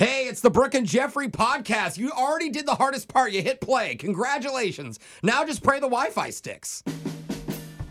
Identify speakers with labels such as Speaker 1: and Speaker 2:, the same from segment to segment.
Speaker 1: It's the Brooke and Jeffrey podcast. You already did the hardest part. You hit play. Congratulations. Now just pray the Wi Fi sticks.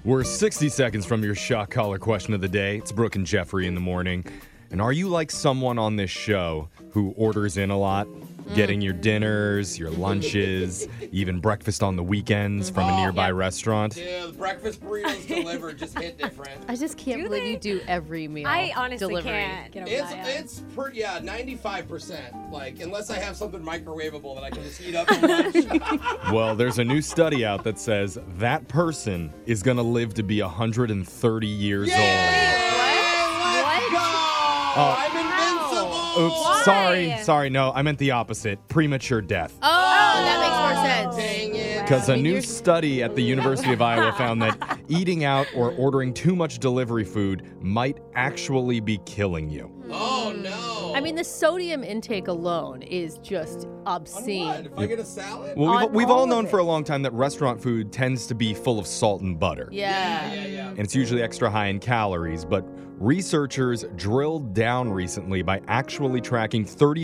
Speaker 2: We're 60 seconds from your shock collar question of the day. It's Brooke and Jeffrey in the morning. And are you like someone on this show who orders in a lot,
Speaker 3: Mm.
Speaker 2: getting your dinners, your lunches, even breakfast on the weekends from a nearby restaurant?
Speaker 3: Oh, Yeah, the breakfast burritos delivered just hit different.
Speaker 4: I just can't
Speaker 5: Do
Speaker 4: believe
Speaker 5: they?
Speaker 4: you do every meal.
Speaker 5: I honestly
Speaker 4: delivery.
Speaker 5: can't.
Speaker 4: Get over
Speaker 3: It's
Speaker 4: that.
Speaker 3: it's pretty yeah, ninety five percent. Like unless I have something microwavable that I can just eat up. for lunch.
Speaker 2: Well, there's a new study out that says that person is going to live to be 130 years old. Uh,
Speaker 3: Let's go! I'm invincible.
Speaker 2: Oops,
Speaker 5: Why?
Speaker 2: sorry, sorry, no, I meant the opposite premature death.
Speaker 4: Oh, that
Speaker 5: Oh.
Speaker 4: makes more sense.
Speaker 3: Dang it!
Speaker 2: Because
Speaker 4: I
Speaker 2: a
Speaker 4: mean,
Speaker 2: new
Speaker 4: you're-
Speaker 2: study at the University of Iowa found that eating out or ordering too much delivery food might actually be killing
Speaker 5: Hmm.
Speaker 2: you.
Speaker 3: Oh no!
Speaker 4: I mean, the sodium intake alone is just
Speaker 3: On
Speaker 4: obscene.
Speaker 3: what? If I get a salad?
Speaker 2: Well, we've,
Speaker 4: On
Speaker 2: we've all,
Speaker 4: all of
Speaker 2: known for a
Speaker 4: it.
Speaker 2: long time that restaurant food tends to be full of salt and butter.
Speaker 4: Yeah.
Speaker 3: yeah, yeah.
Speaker 2: And it's usually extra high in calories, but researchers drilled down recently by actually tracking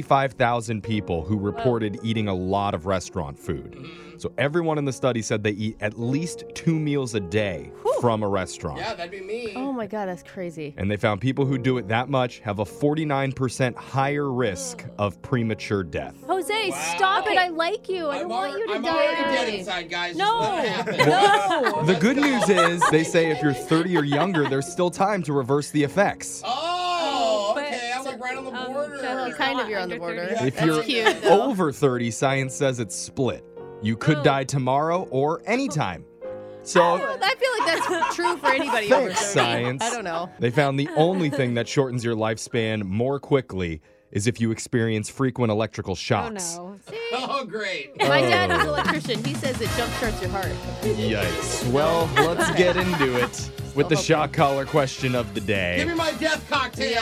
Speaker 2: 35,000 people who reported eating a lot of restaurant food. So everyone in the study said they eat at least two meals a day from a restaurant.
Speaker 3: Yeah, that'd be me.
Speaker 4: Oh my God, that's crazy.
Speaker 2: And they found people who do it that much have a 49% higher risk of premature death.
Speaker 4: Jose,
Speaker 3: Wow.
Speaker 4: stop it. I like you. I
Speaker 3: I'm,
Speaker 4: don't want
Speaker 3: alre-
Speaker 4: you to
Speaker 3: I'm
Speaker 4: die.
Speaker 3: already dead inside, guys. Just
Speaker 4: No.
Speaker 3: let it happen.
Speaker 4: No.
Speaker 2: The good news is they say if you're 30 or younger, there's still time to reverse the effects.
Speaker 3: Oh,
Speaker 5: but-
Speaker 3: okay. I'm like right on the
Speaker 5: um,
Speaker 3: border.
Speaker 5: Jeffrey's
Speaker 4: Kind
Speaker 5: not
Speaker 4: of, you're on the
Speaker 5: under
Speaker 4: border.
Speaker 5: 30.
Speaker 2: If
Speaker 4: That's
Speaker 2: you're
Speaker 4: cute, though.
Speaker 2: over 30, science says it's split. You could
Speaker 5: Oh.
Speaker 2: die tomorrow or anytime. So
Speaker 4: I feel like that's true for anybody over
Speaker 2: Thanks,
Speaker 4: 30.
Speaker 2: science.
Speaker 4: I don't know.
Speaker 2: they found the only thing that shortens your lifespan more quickly is if you experience frequent
Speaker 4: Oh,
Speaker 2: electrical shocks.
Speaker 3: Oh, great.
Speaker 4: My dad is an electrician. He says it jumpstarts your heart.
Speaker 2: Yikes. Well, let's get into it with the shock collar question of the day.
Speaker 3: Give me my death cocktail.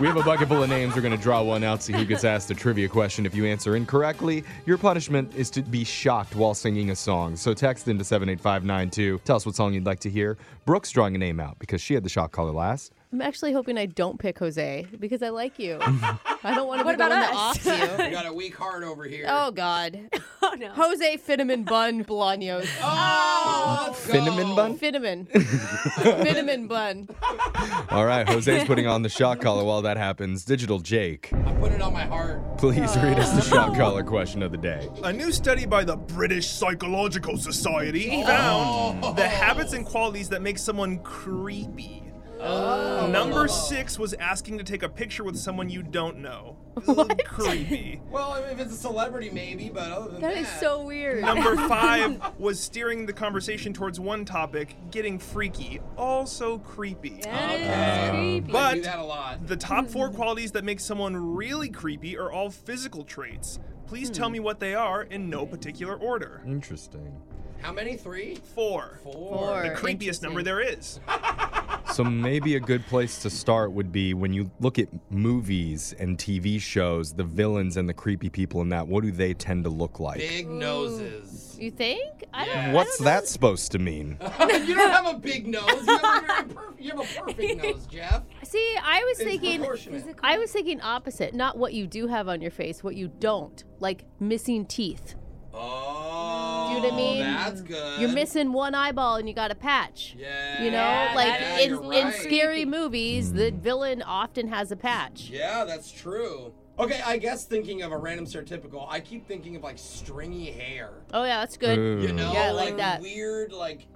Speaker 2: we have a bucket full of names. We're going to draw one out, see who gets asked a trivia question. If you answer incorrectly, your punishment is to be shocked while singing a song. So text into 78592. Tell us what song you'd like to hear. Brooke's drawing a name out because she had the shock collar last.
Speaker 4: I'm actually hoping I don't pick Jose because I like you. I don't want to be
Speaker 5: What
Speaker 4: the
Speaker 5: about
Speaker 4: one that
Speaker 5: us?
Speaker 4: offs you.
Speaker 3: We got a weak heart over here.
Speaker 4: Oh God.
Speaker 5: Oh no.
Speaker 4: Jose Finneman Bun Bolaños.
Speaker 3: Oh, let's go.
Speaker 2: Finneman bun?
Speaker 4: Finneman. Finneman Bun.
Speaker 2: All right, Jose's putting on the shock collar while that happens. Digital Jake,
Speaker 3: I put it on my heart.
Speaker 2: please read us the shock collar question of the day.
Speaker 6: A new study by the British Psychological
Speaker 3: Oh.
Speaker 6: Society found the habits and qualities that make someone creepy.
Speaker 3: Oh.
Speaker 6: Number six was asking to take a picture with someone you don't know. Creepy.
Speaker 3: Well, I mean, if it's a celebrity, maybe, but other than that.
Speaker 4: That is so weird.
Speaker 6: Number five was steering the conversation towards one topic, getting freaky. Also creepy.
Speaker 5: That is creepy.
Speaker 3: I do
Speaker 6: But
Speaker 3: that a lot.
Speaker 6: the top four qualities that make someone really creepy are all physical traits. Please tell me what they are in no particular order.
Speaker 2: Interesting.
Speaker 3: How many? Three?
Speaker 6: Four.
Speaker 3: Four.
Speaker 6: The creepiest number there is.
Speaker 2: So maybe a good place to start would be when you look at movies and TV shows, the villains and the creepy people in that, what do they tend to look like?
Speaker 3: Big noses.
Speaker 4: You think? I don't
Speaker 3: Yeah.
Speaker 2: What's that supposed to mean?
Speaker 3: you don't have a big nose. You have a, very perf- you have a perfect nose, Jeff.
Speaker 4: See, I was
Speaker 3: It's
Speaker 4: thinking
Speaker 3: proportionate.
Speaker 4: I was thinking opposite, not what you do have on your face, what you don't. Like missing teeth.
Speaker 3: Oh.
Speaker 4: Do you know what I mean?
Speaker 3: That's good.
Speaker 4: You're missing one eyeball and you got a patch.
Speaker 3: Yeah.
Speaker 4: You know,
Speaker 5: Yeah,
Speaker 4: like
Speaker 5: that
Speaker 4: in,
Speaker 3: you're
Speaker 4: in
Speaker 3: right.
Speaker 4: scary movies, the villain often has a patch.
Speaker 3: Yeah, that's true. Okay, I guess thinking of a random stereotypical, I keep thinking of like stringy hair.
Speaker 4: Oh yeah, that's good.
Speaker 2: Ooh.
Speaker 3: You know,
Speaker 4: Yeah, I like
Speaker 3: like,
Speaker 4: that.
Speaker 3: weird, like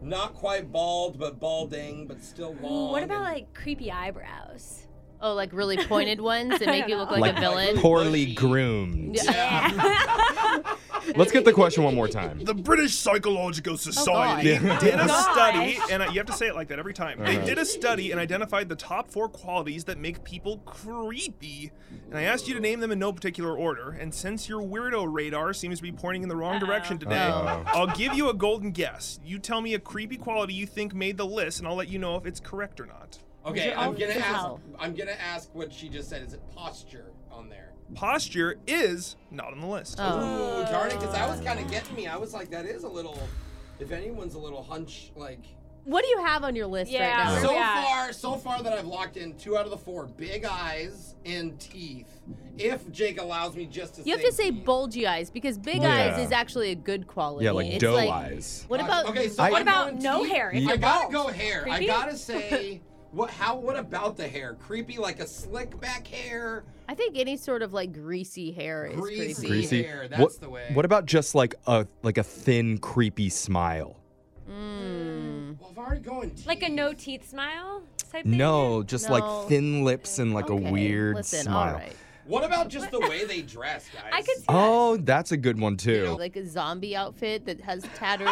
Speaker 3: not quite bald, but balding, but still long.
Speaker 5: what about
Speaker 3: and-
Speaker 5: like creepy eyebrows?
Speaker 4: Oh, like really pointed ones that make you look like,
Speaker 2: Like-
Speaker 4: a villain.
Speaker 2: Poorly groomed.
Speaker 3: Yeah.
Speaker 2: Let's get the question one more time.
Speaker 6: The British Psychological Society
Speaker 2: God.
Speaker 6: did a
Speaker 5: Gosh.
Speaker 6: study, and I, you have to say it like that every time. They did a study and identified the top four qualities that make people creepy. And I asked you to name them in no particular order. And since your weirdo radar seems to be pointing in the wrong direction today,
Speaker 2: Uh-oh.
Speaker 6: I'll give you a golden guess. You tell me a creepy quality you think made the list, and I'll let you know if it's correct or not.
Speaker 3: okay, I'm gonna
Speaker 4: Wow.
Speaker 3: ask. I'm gonna ask what she just said. Is it posture on there?
Speaker 6: Posture is not on the list.
Speaker 3: Oh. Ooh, Uh. darn it! Because I was kind of getting me. I was like, that is a little. If anyone's a little hunch, like
Speaker 4: What do you have on your list
Speaker 5: Yeah.
Speaker 4: right now?
Speaker 3: So
Speaker 5: Yeah.
Speaker 3: far, so far that I've locked in two out of the four: big eyes and teeth. If Jake allows me just to,
Speaker 4: you have to say bulgy eyes because big eyes
Speaker 2: Yeah.
Speaker 4: is actually a good quality.
Speaker 2: Yeah, like
Speaker 4: It's
Speaker 2: doe eyes.
Speaker 4: What about
Speaker 3: Okay, so
Speaker 2: I-
Speaker 3: I'm
Speaker 2: What
Speaker 5: about
Speaker 3: going
Speaker 5: no
Speaker 3: teeth.
Speaker 5: hair? If
Speaker 3: I
Speaker 5: you're bald.
Speaker 3: gotta go hair. I
Speaker 5: Creepy?
Speaker 3: gotta say, what? How? What about the hair? Creepy, like a slick back hair.
Speaker 4: I think any sort of like greasy hair is
Speaker 3: Greasy.
Speaker 4: creepy.
Speaker 2: Greasy.
Speaker 3: hair,
Speaker 2: What-
Speaker 3: that's the way.
Speaker 2: What about just like a like a thin, creepy smile?
Speaker 3: Mm. Well, I've already going teeth.
Speaker 5: Hmm. Like a no teeth smile type thing?
Speaker 2: No, just
Speaker 4: No.
Speaker 2: like thin lips and like
Speaker 4: Okay,
Speaker 2: a weird
Speaker 4: Listen,
Speaker 2: smile.
Speaker 4: all right.
Speaker 3: What about just the way they dress, guys?
Speaker 5: I could see
Speaker 2: Oh, that's a good one too.
Speaker 4: Like a zombie outfit that has tattered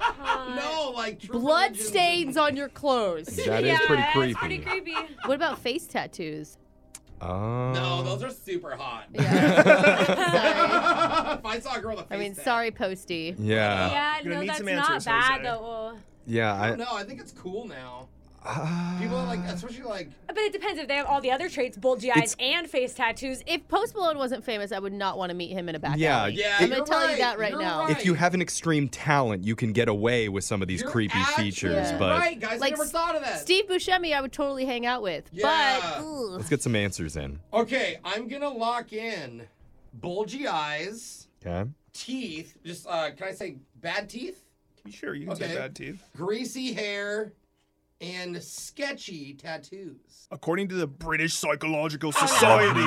Speaker 3: No, like true
Speaker 4: blood
Speaker 3: religion-
Speaker 4: stains on your clothes.
Speaker 2: That is
Speaker 5: yeah,
Speaker 2: pretty
Speaker 5: that's
Speaker 2: creepy.
Speaker 5: pretty creepy.
Speaker 4: What about face tattoos?
Speaker 2: Oh.
Speaker 3: No, those are super hot.
Speaker 4: Sorry.
Speaker 3: if I saw a girl with a
Speaker 4: I
Speaker 3: face
Speaker 4: mean,
Speaker 3: tat-
Speaker 4: sorry, Posty.
Speaker 2: Yeah. yeah.
Speaker 5: yeah,
Speaker 6: gonna
Speaker 5: no,
Speaker 6: need
Speaker 5: that's
Speaker 6: some
Speaker 5: not
Speaker 6: answers,
Speaker 5: bad
Speaker 6: Jose.
Speaker 5: though.
Speaker 2: I,
Speaker 3: No, I think it's cool now. People are like, especially like,
Speaker 5: But it depends if they have all the other traits, bulgy eyes and face tattoos. If
Speaker 4: If Post Malone wasn't famous, I would not want to meet him in a back
Speaker 2: Yeah,
Speaker 4: alley.
Speaker 3: yeah.
Speaker 4: I'm gonna
Speaker 3: you're
Speaker 4: tell you
Speaker 3: right,
Speaker 4: that right
Speaker 3: you're
Speaker 4: now.
Speaker 3: right.
Speaker 2: if you have an extreme talent, you can get away with some of these
Speaker 3: You're
Speaker 2: creepy
Speaker 3: actually
Speaker 2: features, but
Speaker 3: right, guys,
Speaker 4: Like
Speaker 3: I never
Speaker 4: s-
Speaker 3: thought of that.
Speaker 4: Steve Buscemi, I would totally hang out with.
Speaker 3: Yeah.
Speaker 4: But ugh.
Speaker 2: let's get some answers in.
Speaker 3: Okay, I'm gonna lock in bulgy eyes,
Speaker 2: Okay.
Speaker 3: teeth. Just uh, can I say bad teeth?
Speaker 6: Sure, you can
Speaker 3: Okay.
Speaker 6: say bad teeth.
Speaker 3: Greasy hair, and sketchy tattoos.
Speaker 6: According to the British Psychological Society,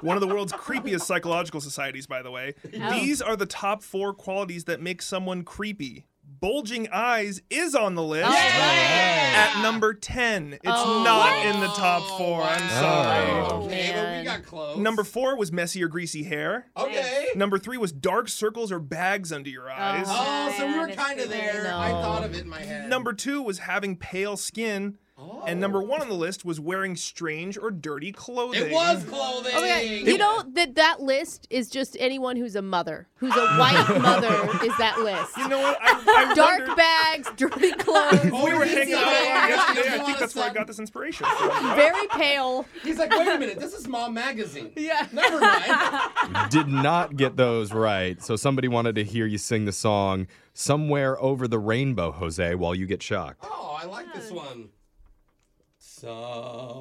Speaker 6: one of the world's creepiest psychological societies, by the way, these are the top four qualities that make someone creepy. Bulging eyes is on the list. At number 10. It's not in the top four. I'm sorry.
Speaker 2: Oh,
Speaker 3: okay, but
Speaker 4: man.
Speaker 3: we got close.
Speaker 6: Number four was messy or greasy hair.
Speaker 3: Okay.
Speaker 6: Number three was dark circles or bags under your eyes.
Speaker 3: Oh, so we were
Speaker 5: Yeah,
Speaker 3: kind of
Speaker 5: that's
Speaker 3: there. I thought of it in my head. Oh.
Speaker 6: Number two was having pale skin. And number one on the list was wearing strange or dirty clothing.
Speaker 3: It was clothing.
Speaker 4: Oh my God. You know that that list is just anyone who's a mother, who's a white mother is that list.
Speaker 6: You know what? I, I
Speaker 4: Dark
Speaker 6: wondered-
Speaker 4: bags, dirty clothes,
Speaker 3: Oh,
Speaker 6: We were hanging out
Speaker 3: Yeah.
Speaker 6: yesterday.
Speaker 3: You
Speaker 6: I think
Speaker 3: wanna
Speaker 6: that's where I
Speaker 3: send-
Speaker 6: got this inspiration. from.
Speaker 4: very pale.
Speaker 3: He's like, wait a minute, this is Mom Magazine.
Speaker 4: Yeah.
Speaker 3: Never mind.
Speaker 2: Did not get those right. So somebody wanted to hear you sing the song Somewhere Over the Rainbow, Jose, while you get shocked.
Speaker 3: Oh, I like this one.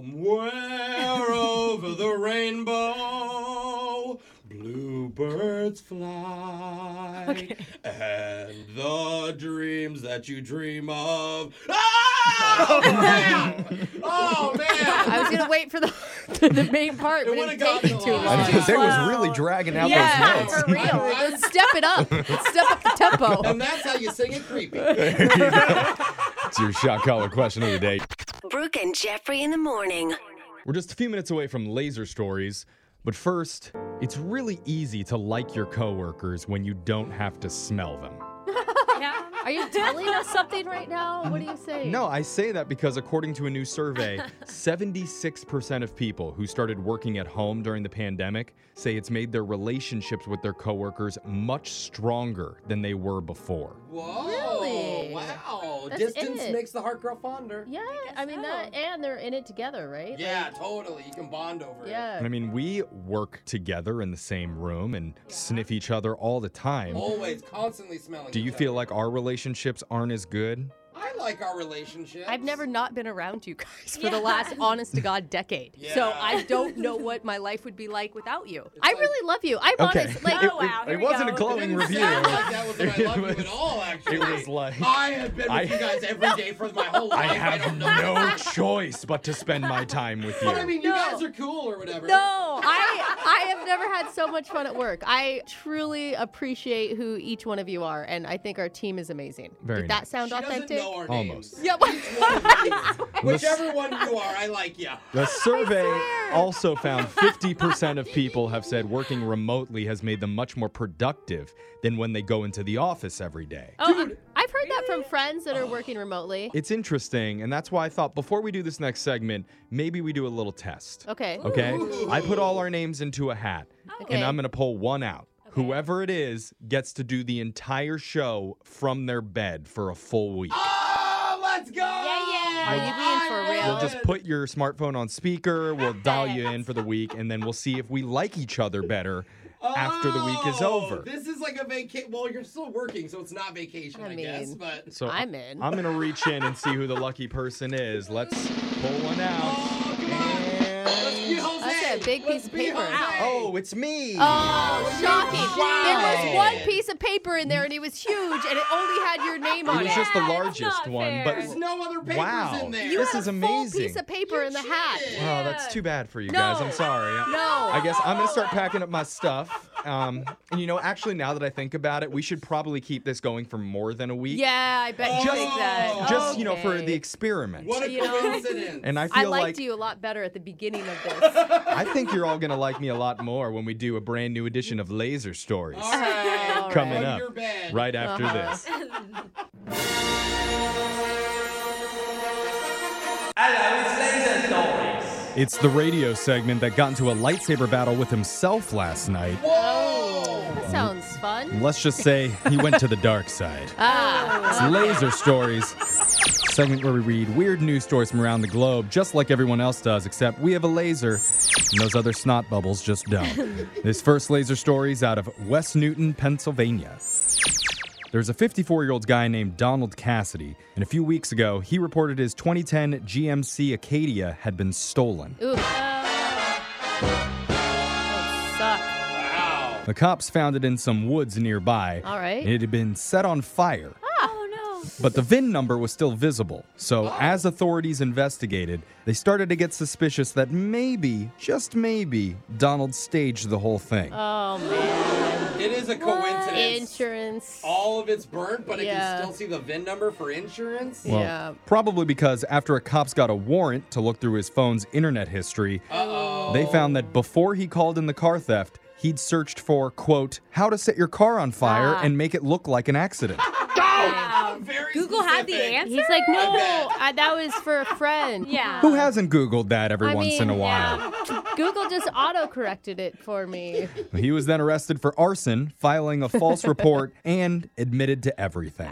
Speaker 3: Somewhere over the rainbow, bluebirds fly, and the dreams that you dream of. Oh man! Oh
Speaker 4: I
Speaker 3: man!
Speaker 4: was gonna wait for the the main part, but
Speaker 3: It would've
Speaker 4: it's taking
Speaker 3: gotten
Speaker 4: too
Speaker 3: a lot.
Speaker 4: long.
Speaker 2: I mean, they was really dragging out
Speaker 4: Yeah,
Speaker 2: those notes.
Speaker 4: for real. Let's step it up. Let's step up the tempo.
Speaker 3: And that's how you sing it creepy.
Speaker 2: It's your shock collar question of the day.
Speaker 7: Brooke and Jeffrey in the morning.
Speaker 2: We're just a few minutes away from laser stories, but first, it's really easy to like your coworkers when you don't have to smell them.
Speaker 5: yeah.
Speaker 4: Are you telling us something right now? What are you saying?
Speaker 2: No, I say that because according to a new survey, 76% of people who started working at home during the pandemic say it's made their relationships with their coworkers much stronger than they were before.
Speaker 3: Whoa!
Speaker 4: Really?
Speaker 3: Wow!
Speaker 4: That's
Speaker 3: Distance
Speaker 4: it.
Speaker 3: makes the heart grow fonder.
Speaker 4: Yeah, I mean that, and they're in it together, right?
Speaker 3: Yeah, totally. You can bond over it.
Speaker 4: Yeah.
Speaker 2: And I mean, we work together in the same room and sniff each other all the time.
Speaker 3: Always, constantly smelling.
Speaker 2: Do you
Speaker 3: each
Speaker 2: feel
Speaker 3: other.
Speaker 2: like our relationships aren't as good?
Speaker 3: I like our relationship?
Speaker 4: I've never not been around you guys for the last honest to God decade. So
Speaker 3: Yeah.
Speaker 4: I don't know what my life would be like without you. I really love you. I'm honest. Like,
Speaker 5: Oh, wow,
Speaker 2: it,
Speaker 5: here we
Speaker 2: wasn't a
Speaker 5: go.
Speaker 2: glowing
Speaker 3: It didn't
Speaker 2: review.
Speaker 3: sound like that was what I
Speaker 2: It
Speaker 3: love you
Speaker 2: was-
Speaker 3: at all. Actually,
Speaker 2: it was like-
Speaker 3: I have been with
Speaker 2: I-
Speaker 3: you guys every day for my whole
Speaker 2: I
Speaker 3: life. I
Speaker 2: have
Speaker 3: don't know.
Speaker 2: no choice but to spend my time with you.
Speaker 3: But I mean, you
Speaker 4: No.
Speaker 3: guys are cool or whatever.
Speaker 4: no, I I have never had so much fun at work. I truly appreciate who each one of you are, and I think our team is amazing.
Speaker 2: Very
Speaker 4: Did
Speaker 2: nice.
Speaker 4: that sound
Speaker 3: she doesn't
Speaker 4: authentic?
Speaker 3: know our
Speaker 2: Almost.
Speaker 3: names.
Speaker 4: Yeah, but
Speaker 3: Whichever one you are, I like you.
Speaker 2: The survey also found 50% of people have said working remotely has made them much more productive than when they go into the office every day.
Speaker 4: Oh, I've heard that from friends that are working remotely.
Speaker 2: It's interesting, and that's why I thought before we do this next segment, maybe we do a little test.
Speaker 4: Okay.
Speaker 2: Okay? I put all our names into a hat,
Speaker 4: Okay.
Speaker 2: and I'm going to pull one out. Whoever it is gets to do the entire show from their bed for a full week.
Speaker 3: Oh, let's go!
Speaker 5: Yeah, yeah.
Speaker 4: Are you being for real?
Speaker 2: We'll
Speaker 4: real.
Speaker 2: just put your smartphone on speaker. We'll dial you in for the week, and then we'll see if we like each other better after the week is
Speaker 3: Oh,
Speaker 2: over.
Speaker 3: This is like a vacation. Well, you're still working, so it's not vacation, I,
Speaker 4: I
Speaker 3: guess.
Speaker 4: mean-
Speaker 3: But
Speaker 2: So
Speaker 4: I'm in.
Speaker 2: I'm gonna reach in and see who the lucky person is. Let's pull one out.
Speaker 3: oh, come on. Let's be
Speaker 2: And-
Speaker 3: Jose.
Speaker 4: That's a big
Speaker 3: Let's
Speaker 4: piece of
Speaker 3: be
Speaker 4: paper.
Speaker 3: Jose.
Speaker 2: Oh, it's me.
Speaker 4: Oh, shocking. There was
Speaker 3: Wow.
Speaker 4: one piece of paper in there and it was huge and it only had your name
Speaker 2: it
Speaker 4: on
Speaker 2: was
Speaker 4: it.
Speaker 2: just the
Speaker 5: Yeah, it's
Speaker 2: largest
Speaker 5: not
Speaker 2: one,
Speaker 5: fair.
Speaker 2: but
Speaker 3: There's no other papers
Speaker 2: wow,
Speaker 3: in there.
Speaker 4: You
Speaker 2: this
Speaker 4: had
Speaker 2: is
Speaker 4: a full piece
Speaker 2: amazing.
Speaker 4: of paper in the hat.
Speaker 3: cheated.
Speaker 2: Wow, that's too bad for you
Speaker 4: No.
Speaker 2: guys. I'm sorry. I-
Speaker 4: No.
Speaker 2: I guess I'm gonna start packing up my stuff. Um, and you know, actually, now that I think about it, we should probably keep this going for more than a week.
Speaker 4: Yeah, I bet you
Speaker 3: Just-
Speaker 4: think that.
Speaker 2: Just you know, for
Speaker 4: Okay.
Speaker 2: the experiment.
Speaker 3: What a
Speaker 4: You know-
Speaker 3: coincidence.
Speaker 2: And I feel
Speaker 4: I liked
Speaker 2: like
Speaker 4: you a lot better at the beginning of this.
Speaker 2: I think you're all gonna like me a lot more when we do a brand new edition of Laser Stories
Speaker 3: All right.
Speaker 2: coming
Speaker 3: Go to
Speaker 2: up
Speaker 3: your bed.
Speaker 2: right after
Speaker 4: Uh-huh.
Speaker 2: this. It's the radio segment that got into a lightsaber battle with himself last night.
Speaker 4: That sounds fun.
Speaker 2: Let's just say he went to the dark side.
Speaker 4: Ah,
Speaker 2: It's Laser Stories, a segment where we read weird news stories from around the globe, just like everyone else does, except we have a laser, and those other snot bubbles just don't. this first laser story is out of West Newton, Pennsylvania. There's a 54 year old guy named Donald Cassidy, and a few weeks ago, he reported his 2010 GMC Acadia had been stolen.
Speaker 4: ooh. That would suck.
Speaker 2: The cops found it in some woods nearby.
Speaker 4: All right.
Speaker 2: and it had been set on fire.
Speaker 4: Ah.
Speaker 5: Oh no.
Speaker 2: But the VIN number was still visible. So, as authorities investigated, they started to get suspicious that maybe, just maybe, Donald staged the whole thing.
Speaker 4: Oh man,
Speaker 3: It is a coincidence.
Speaker 4: insurance.
Speaker 3: All of it's burnt, but
Speaker 4: Yeah.
Speaker 3: it can still see the VIN number for insurance.
Speaker 2: well,
Speaker 4: yeah.
Speaker 2: probably because after a cop's got a warrant to look through his phone's internet history,
Speaker 3: Uh-oh.
Speaker 2: they found that before he called in the car theft, he'd searched for, quote, how to set your car on fire
Speaker 4: Ah.
Speaker 2: and make it look like an accident.
Speaker 3: Very
Speaker 5: Google had the
Speaker 3: specific.
Speaker 5: answer.
Speaker 4: He's like, no, I, that was for a friend.
Speaker 5: Yeah.
Speaker 2: Who hasn't Googled that every
Speaker 4: I
Speaker 2: once in a
Speaker 4: mean,
Speaker 2: while?
Speaker 4: Google just auto corrected it for me.
Speaker 2: He was then arrested for arson, filing a false report, and admitted to everything.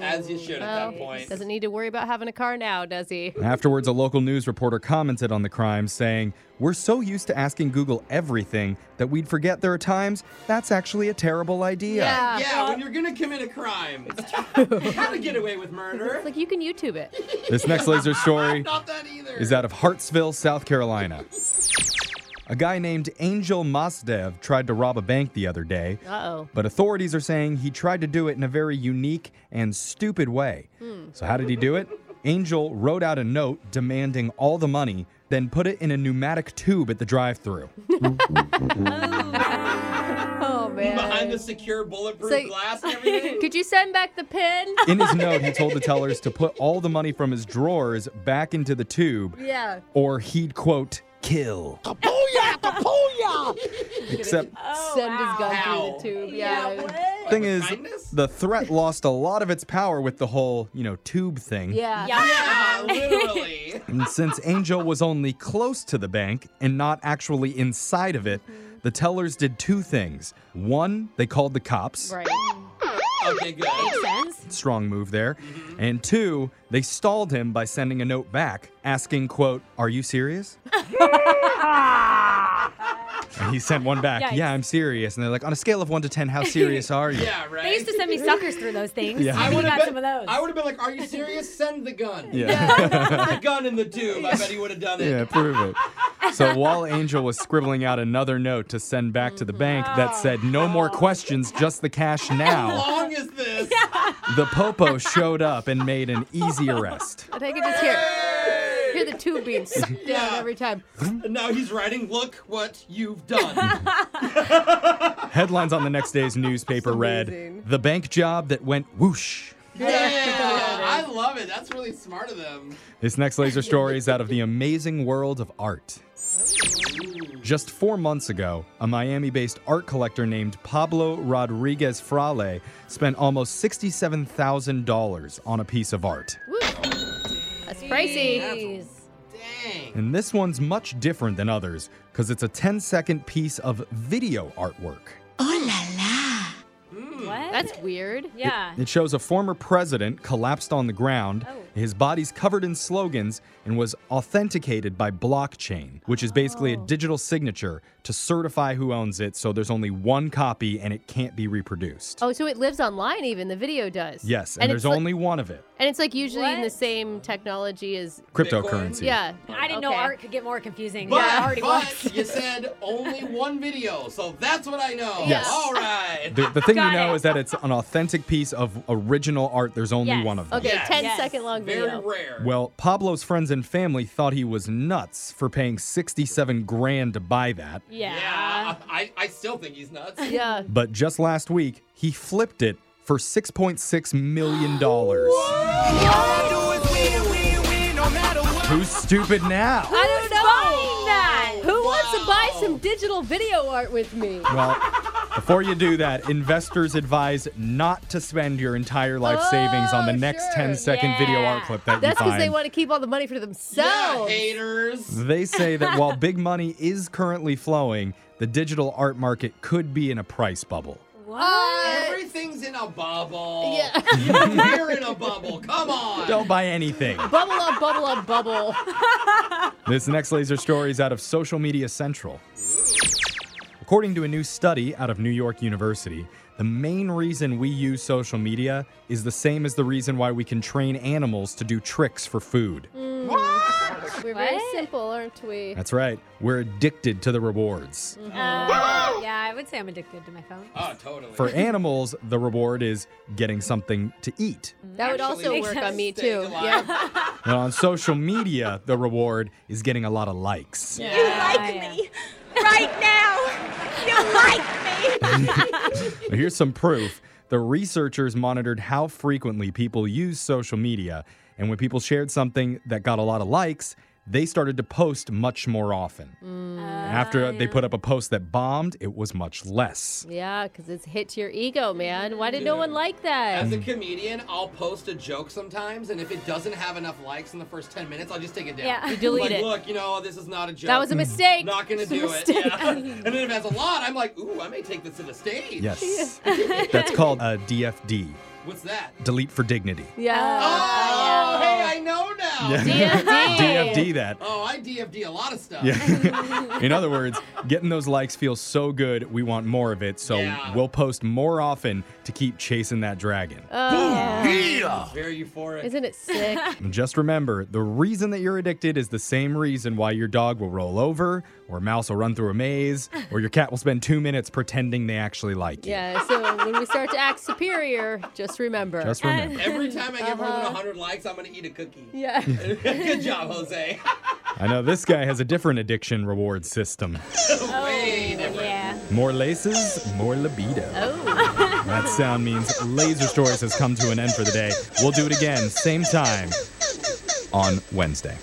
Speaker 3: As you should at that
Speaker 4: Oh. Well,
Speaker 3: point.
Speaker 4: Doesn't need to worry about having a car now, does he?
Speaker 2: Afterwards, a local news reporter commented on the crime, saying, We're so used to asking Google everything that we'd forget there are times that's actually a terrible idea.
Speaker 4: Yeah.
Speaker 3: yeah, when you're gonna commit a crime, how to get away with murder?
Speaker 4: It's like you can YouTube it.
Speaker 2: This next laser story
Speaker 3: Not that either.
Speaker 2: is out of Hartsville, South Carolina. A guy named Angel Masdev tried to rob a bank the other day.
Speaker 4: Uh oh.
Speaker 2: But authorities are saying he tried to do it in a very unique and stupid way. So, how did he do it? Angel wrote out a note demanding all the money, then put it in a pneumatic tube at the drive through.
Speaker 4: Oh man.
Speaker 3: behind the secure bulletproof
Speaker 4: It's like-
Speaker 3: glass and everything.
Speaker 4: Could you send back the pin?
Speaker 2: In his note, he told the tellers to put all the money from his drawers back into the tube,
Speaker 4: yeah.
Speaker 2: or he'd quote, kill. Except,
Speaker 4: send his gun
Speaker 3: wow.
Speaker 4: through the tube. Oh, Yeah.
Speaker 5: Yeah. what?
Speaker 2: thing is,
Speaker 3: kindness?
Speaker 2: the threat lost a lot of its power with the whole, you know, tube thing.
Speaker 4: Yeah.
Speaker 3: yeah, literally.
Speaker 2: And since Angel was only close to the bank and not actually inside of it,
Speaker 4: Mm-hmm.
Speaker 2: the tellers did two things. One, they called the cops.
Speaker 4: Right.
Speaker 3: Hmm. Okay, good.
Speaker 5: Makes sense.
Speaker 2: Strong move there. And two, they stalled him by sending a note back asking, quote, Are you serious? and he sent one back,
Speaker 5: Yikes.
Speaker 2: Yeah, I'm serious. And they're like, On a scale of one to ten, how serious are you?
Speaker 3: Yeah, right.
Speaker 5: They used to send me suckers through those things.
Speaker 2: Yeah.
Speaker 5: Yeah. I
Speaker 2: I
Speaker 3: would've
Speaker 5: got
Speaker 3: been-
Speaker 5: some of those.
Speaker 3: I would have been like, "Are you serious? Send the gun.
Speaker 2: Yeah.
Speaker 3: Put the gun in the tube." I bet he would have done it.
Speaker 2: Yeah, prove it. So while Angel was scribbling out another note to send back to the bank that said, no more questions, just the cash
Speaker 3: How
Speaker 2: now,
Speaker 3: long is this?
Speaker 2: the Popo showed up and made an easy arrest.
Speaker 4: I think I just hear hear the tube being sucked down every time.
Speaker 3: And now he's writing, "Look what you've done."
Speaker 2: Headlines on the next day's newspaper read,
Speaker 4: amazing.
Speaker 2: The Bank Job That Went Whoosh.
Speaker 3: yeah, I love it. That's really smart of them.
Speaker 2: This next laser story is out of the amazing world of art. Just four months ago, a Miami based art collector named Pablo Rodriguez Frale spent almost $67,000 on a piece of art.
Speaker 4: That's pricey.
Speaker 3: Dang.
Speaker 2: And this one's much different than others because it's a 10 second piece of video artwork.
Speaker 5: what?
Speaker 4: That's weird.
Speaker 5: yeah.
Speaker 3: Hmm.
Speaker 2: It shows a former president collapsed on the ground,
Speaker 5: Oh.
Speaker 2: His body's covered in slogans and was authenticated by blockchain, which is basically
Speaker 5: Oh.
Speaker 2: a digital signature to certify who owns it so there's only one copy and it can't be reproduced.
Speaker 4: Oh, so it lives online, even the video does.
Speaker 2: Yes, and,
Speaker 4: it's
Speaker 2: there's
Speaker 4: li-
Speaker 2: only one of it.
Speaker 4: and it's like usually in the
Speaker 5: What?
Speaker 4: same technology as
Speaker 2: Cryptocurrency.
Speaker 4: yeah.
Speaker 5: I didn't know
Speaker 4: Okay.
Speaker 5: art could get more confusing.
Speaker 3: But,
Speaker 5: yeah, it already
Speaker 3: but
Speaker 5: was.
Speaker 3: you said only one video, so that's what I know.
Speaker 2: Yes.
Speaker 3: All right.
Speaker 2: The, the thing you
Speaker 5: Got
Speaker 2: know
Speaker 5: it.
Speaker 2: is that it's an authentic piece of original art. There's only
Speaker 5: Yes.
Speaker 2: one of them.
Speaker 4: Okay, ten
Speaker 3: Yes.
Speaker 4: second
Speaker 5: Yes.
Speaker 4: long
Speaker 3: Very
Speaker 4: video.
Speaker 3: rare.
Speaker 2: Well, Pablo's friends and family thought he was nuts for paying 67 grand to buy that.
Speaker 5: yeah.
Speaker 3: yeah. I, I still think he's nuts.
Speaker 4: Yeah.
Speaker 2: But just last week, he flipped it for $6.6 million. dollars. Who's stupid now?
Speaker 4: I don't know.
Speaker 5: Buying that.
Speaker 4: Who wants to buy some digital video art with me?
Speaker 2: Well, before you do that, investors advise not to spend your entire life savings on the
Speaker 4: Oh,
Speaker 2: next
Speaker 4: sure.
Speaker 2: 10 second video
Speaker 5: Yeah.
Speaker 2: art clip that
Speaker 4: That's
Speaker 2: you
Speaker 4: because
Speaker 2: find.
Speaker 4: they want to keep all the money for
Speaker 3: Yeah,
Speaker 4: themselves.
Speaker 3: haters.
Speaker 2: They say that while big money is currently flowing, the digital art market could be in a price bubble.
Speaker 3: Everything's in a bubble.
Speaker 4: Yeah.
Speaker 3: You're in a bubble. Come on.
Speaker 2: Don't buy anything.
Speaker 4: bubble up, bubble up, bubble.
Speaker 2: This next laser story is out of Social Media Central. According to a new study out of New York University, the main reason we use social media is the same as the reason why we can train animals to do tricks for food.
Speaker 4: We're very
Speaker 5: What?
Speaker 4: simple, aren't we? Mm-hmm.
Speaker 2: That's right, we're addicted to the rewards.
Speaker 5: Uh, yeah, I would say I'm addicted to my phone.
Speaker 3: Oh, totally.
Speaker 2: For animals, the reward is getting something to eat.
Speaker 4: That would also
Speaker 3: Actually,
Speaker 4: work on me
Speaker 3: staying
Speaker 4: too.
Speaker 3: alive.
Speaker 4: Yeah.
Speaker 2: And on social media, the reward is getting a lot of likes.
Speaker 8: You like me right now. You like me.
Speaker 2: Well, Here's some proof. The researchers monitored how frequently people use social media, and when people shared something that got a lot of likes, they started to post much more often.
Speaker 4: Mm.
Speaker 2: After they put up a post that bombed, it was much less.
Speaker 4: Yeah, because it's hit to your ego, man. Why did no one like that?
Speaker 3: As a comedian, I'll post a joke sometimes, and if it doesn't have enough likes in the first 10 minutes, I'll just take it down.
Speaker 5: Yeah. You
Speaker 4: delete
Speaker 3: like,
Speaker 4: it.
Speaker 3: Look, you know, this is not a joke. Hmm.
Speaker 4: That was a mistake.
Speaker 3: Not gonna
Speaker 4: It's a
Speaker 3: do it.
Speaker 4: mistake.
Speaker 3: Yeah. and then if it has a lot, I'm like, ooh, I may take this to the stage.
Speaker 2: Yes. That's called a DFD,
Speaker 3: What's that?
Speaker 2: delete for dignity.
Speaker 4: Yeah.
Speaker 3: Oh, hey, I know now.
Speaker 4: DFD.
Speaker 2: DFD that.
Speaker 3: Oh, I DFD a lot of stuff.
Speaker 2: Yeah. In other words, getting those likes feels so good, we want more of it, so
Speaker 3: Yeah.
Speaker 2: we'll post more often to keep chasing that dragon.
Speaker 3: It's very euphoric.
Speaker 4: Oh. Isn't it sick?
Speaker 2: And just remember, the reason that you're addicted is the same reason why your dog will roll over, or a mouse will run through a maze, or your cat will spend two minutes pretending they actually like you.
Speaker 4: Yeah, so when we start to act superior, just remember. Uh-huh.
Speaker 2: Just remember.
Speaker 3: Every time I get more than 100 likes, I'm gonna eat a cookie.
Speaker 4: yeah.
Speaker 3: Good job, Jose.
Speaker 2: I know this guy has a different addiction reward system.
Speaker 3: Way different.
Speaker 5: Yeah.
Speaker 2: More laces, more libido.
Speaker 4: Oh.
Speaker 2: That sound means Laser Stories has come to an end for the day. We'll do it again, same time, on Wednesday.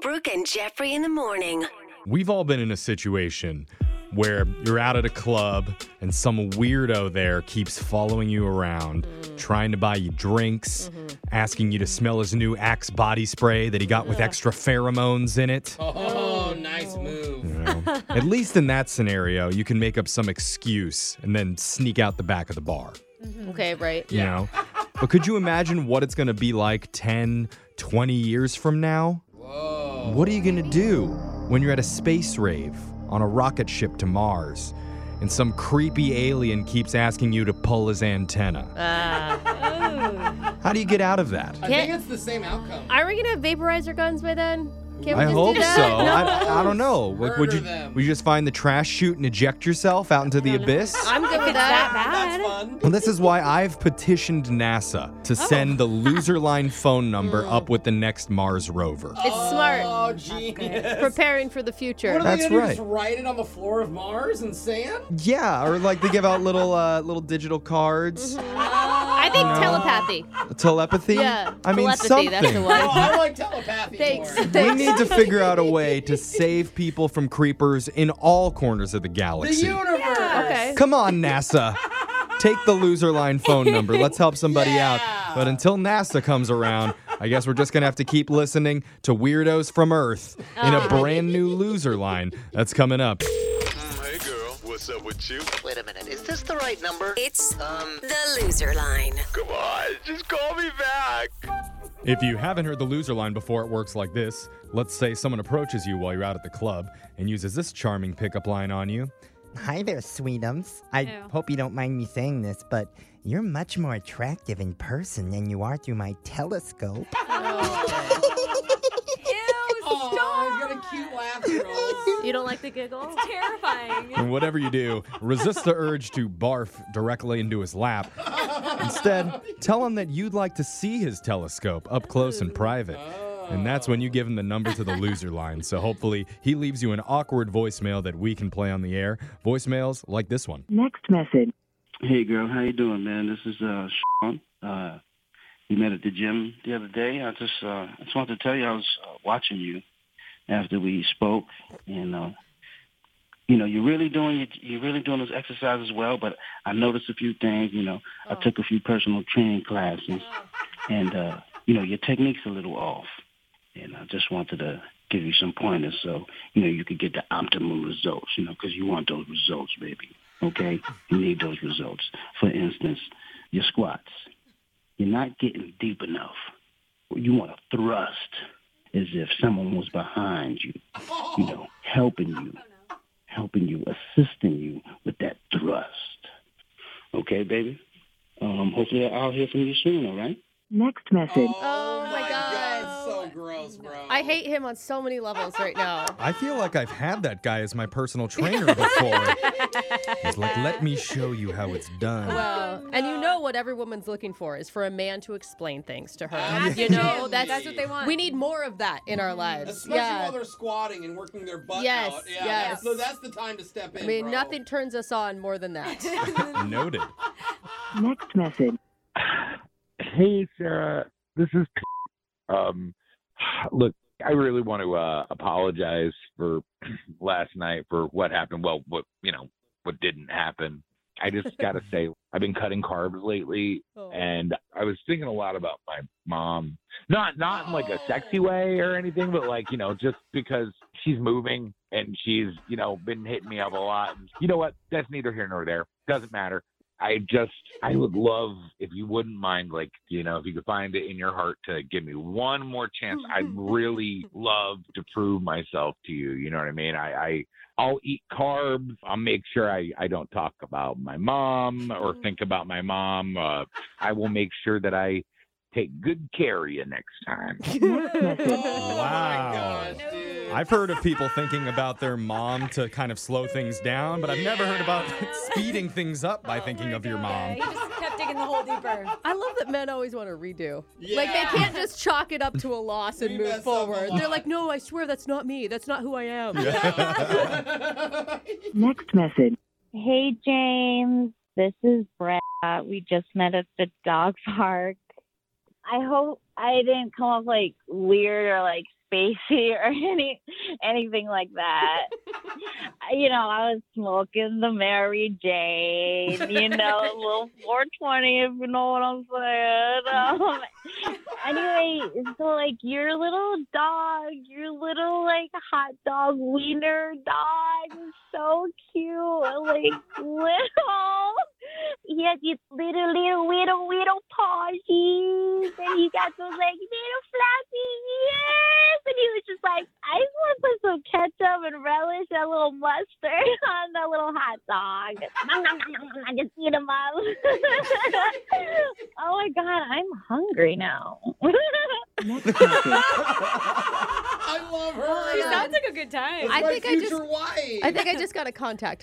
Speaker 7: Brooke and Jeffrey in the morning.
Speaker 2: We've all been in a situation where you're out at a club and some weirdo there keeps following you around, trying to buy you drinks, asking you to smell his new Axe body spray that he got with extra pheromones in it.
Speaker 3: Oh, nice move.
Speaker 2: You know, at least in that scenario, you can make up some excuse and then sneak out the back of the bar,
Speaker 4: Okay, right.
Speaker 2: you know? But could you imagine what it's going to be like 10, 20 years from now?
Speaker 3: Whoa.
Speaker 2: What are you going to do when you're at a space rave on a rocket ship to Mars and some creepy alien keeps asking you to pull his antenna?
Speaker 4: Uh,
Speaker 2: How do you get out of that?
Speaker 3: I think it's the same outcome.
Speaker 4: are we going to have vaporizer guns by then? Can we
Speaker 2: I
Speaker 4: just
Speaker 2: hope
Speaker 4: do
Speaker 2: so.
Speaker 4: that?
Speaker 2: I, I don't know. Like, would
Speaker 3: Murder
Speaker 2: you
Speaker 3: them.
Speaker 2: would you just find the trash chute and eject yourself out into the abyss?
Speaker 4: I'm good
Speaker 5: That
Speaker 4: with that.
Speaker 5: bad?
Speaker 3: That's fun.
Speaker 2: Well, this is why I've petitioned NASA
Speaker 4: Oh.
Speaker 2: to send the loser line phone number
Speaker 4: Hmm.
Speaker 2: up with the next Mars rover.
Speaker 4: It's smart.
Speaker 3: Oh, genius.
Speaker 4: Preparing for the future.
Speaker 3: What are
Speaker 2: That's
Speaker 3: they gonna
Speaker 2: right.
Speaker 3: do? Just write it on the floor of Mars and sand?
Speaker 2: Yeah, or like they give out little uh, little digital cards,
Speaker 4: Mm-hmm. Oh. I think telepathy.
Speaker 2: telepathy.
Speaker 4: Yeah.
Speaker 2: I mean
Speaker 4: telepathy,
Speaker 2: something.
Speaker 4: that's the
Speaker 3: Oh,
Speaker 4: one.
Speaker 3: I like telepathy
Speaker 4: Thanks.
Speaker 3: more.
Speaker 2: We
Speaker 4: Thanks.
Speaker 2: need to figure out a way to save people from creepers in all corners of the
Speaker 3: The
Speaker 2: galaxy.
Speaker 3: universe.
Speaker 4: Okay.
Speaker 2: Come on, NASA. Take the loser line phone number. Let's help somebody
Speaker 3: Yeah.
Speaker 2: out. But until NASA comes around, I guess we're just going to have to keep listening to Weirdos from Earth in
Speaker 4: Ah.
Speaker 2: a brand new loser line that's coming up.
Speaker 9: Hey girl, what's up with you?
Speaker 10: Wait a minute, is this the right number? Um,
Speaker 7: It's the loser line.
Speaker 9: Come on, just call me back.
Speaker 2: If you haven't heard the loser line before, it works like this. Let's say someone approaches you while you're out at the club and uses this charming pickup line on you.
Speaker 10: Hi there, sweetums. I
Speaker 5: Ew.
Speaker 10: hope you don't mind me saying this, but you're much more attractive in person than you are through my telescope.
Speaker 5: Ew,
Speaker 3: Oh, you got a cute laugh, girls.
Speaker 4: You don't like the giggle?
Speaker 5: terrifying.
Speaker 2: And whatever you do, resist the urge to barf directly into his lap. Instead, tell him that you'd like to see his telescope up close and private. And that's when you give him the number to the loser line. So hopefully, he leaves you an awkward voicemail that we can play on the air. Voicemails like this one.
Speaker 11: Next message.
Speaker 12: Hey, girl, how you doing, man? This is uh, Sean. Uh, we met at the gym the other day. I just, uh, I just wanted to tell you I was uh, watching you after we spoke, and uh, you know, you're really doing your, you're really doing those exercises well. But I noticed a few things. You know, I took a few personal training classes, and uh, you know, your technique's a little off. And I just wanted to give you some pointers so you know you could get the optimum results. You know, because you want those results, baby. Okay, you need those results. For instance, your squats. You're not getting deep enough. You want to thrust as if someone was behind you, you know, helping you, helping you, assisting you with that thrust. Okay, baby. Um, hopefully, I'll hear from you soon. All right.
Speaker 11: Next message.
Speaker 4: Oh my God.
Speaker 3: so gross, bro.
Speaker 4: I hate him on so many levels right now.
Speaker 2: I feel like I've had that guy as my personal trainer before. He's like, let me show you how it's done.
Speaker 4: Well,
Speaker 5: Oh,
Speaker 4: and you know what every woman's looking for is for a man to explain things to her. You know, that's,
Speaker 5: That's what they want. Mm-hmm.
Speaker 4: We need more of that in our lives.
Speaker 3: Especially
Speaker 4: yeah.
Speaker 3: while they're squatting and working their butt
Speaker 4: Yes,
Speaker 3: out. Yeah,
Speaker 4: yes.
Speaker 3: So that's the time to step in.
Speaker 4: I mean,
Speaker 3: bro.
Speaker 4: nothing turns us on more than that.
Speaker 2: Noted.
Speaker 11: Next message.
Speaker 13: Hey, Sarah. This is. Um, look, I really want to uh, apologize for last night for what happened. Well, what you know, what didn't happen. I just got to say, I've been cutting carbs lately,
Speaker 4: Oh.
Speaker 13: and I was thinking a lot about my mom. Not not in like a sexy way or anything, but like you know, just because she's moving and she's you know been hitting me up a lot. And you know what? That's neither here nor there. Doesn't matter. I just I would love if you wouldn't mind like you know if you could find it in your heart to give me one more chance. I'd really love to prove myself to you. You know what I mean? I, I I'll eat carbs. I'll make sure I, I don't talk about my mom or think about my mom. Uh, I will make sure that I take good care of you next time.
Speaker 3: Oh
Speaker 2: Wow.
Speaker 3: my gosh, dude.
Speaker 2: I've heard of people thinking about their mom to kind of slow things down, but I've never heard about speeding things up
Speaker 3: Oh
Speaker 2: by thinking of your
Speaker 5: He
Speaker 2: mom.
Speaker 5: just kept digging the hole deeper.
Speaker 4: I love that men always want to redo. Like they
Speaker 3: Yeah.
Speaker 4: can't just chalk it up to a loss and
Speaker 3: We
Speaker 4: move
Speaker 3: mess up a
Speaker 4: forward. They're
Speaker 3: lot.
Speaker 4: like, no, I swear that's not me. That's not who I am.
Speaker 11: Next message.
Speaker 8: Hey, James. This is Brett. We just met at the dog park. I hope I didn't come off like weird or like spacey or any anything like that. you know, I was smoking the Mary Jane. You know, a little 420, if you know what I'm saying. Um, anyway, so like your little dog, your little like hot dog wiener dog is so cute. Like little. He has these little, little, little, little paws. And he got those like little flappy ears. And he was just like, I just want to put some ketchup and relish and a little mustard on the little hot dog. Nom, nom, nom, nom, nom, nom, just eat him up. oh my God, I'm hungry now.
Speaker 11: Next message.
Speaker 3: I love her.
Speaker 5: She sounds like a good time.
Speaker 3: That's
Speaker 4: I
Speaker 3: my
Speaker 4: think I
Speaker 3: future
Speaker 4: just-
Speaker 3: wife.
Speaker 4: I think I just got a contact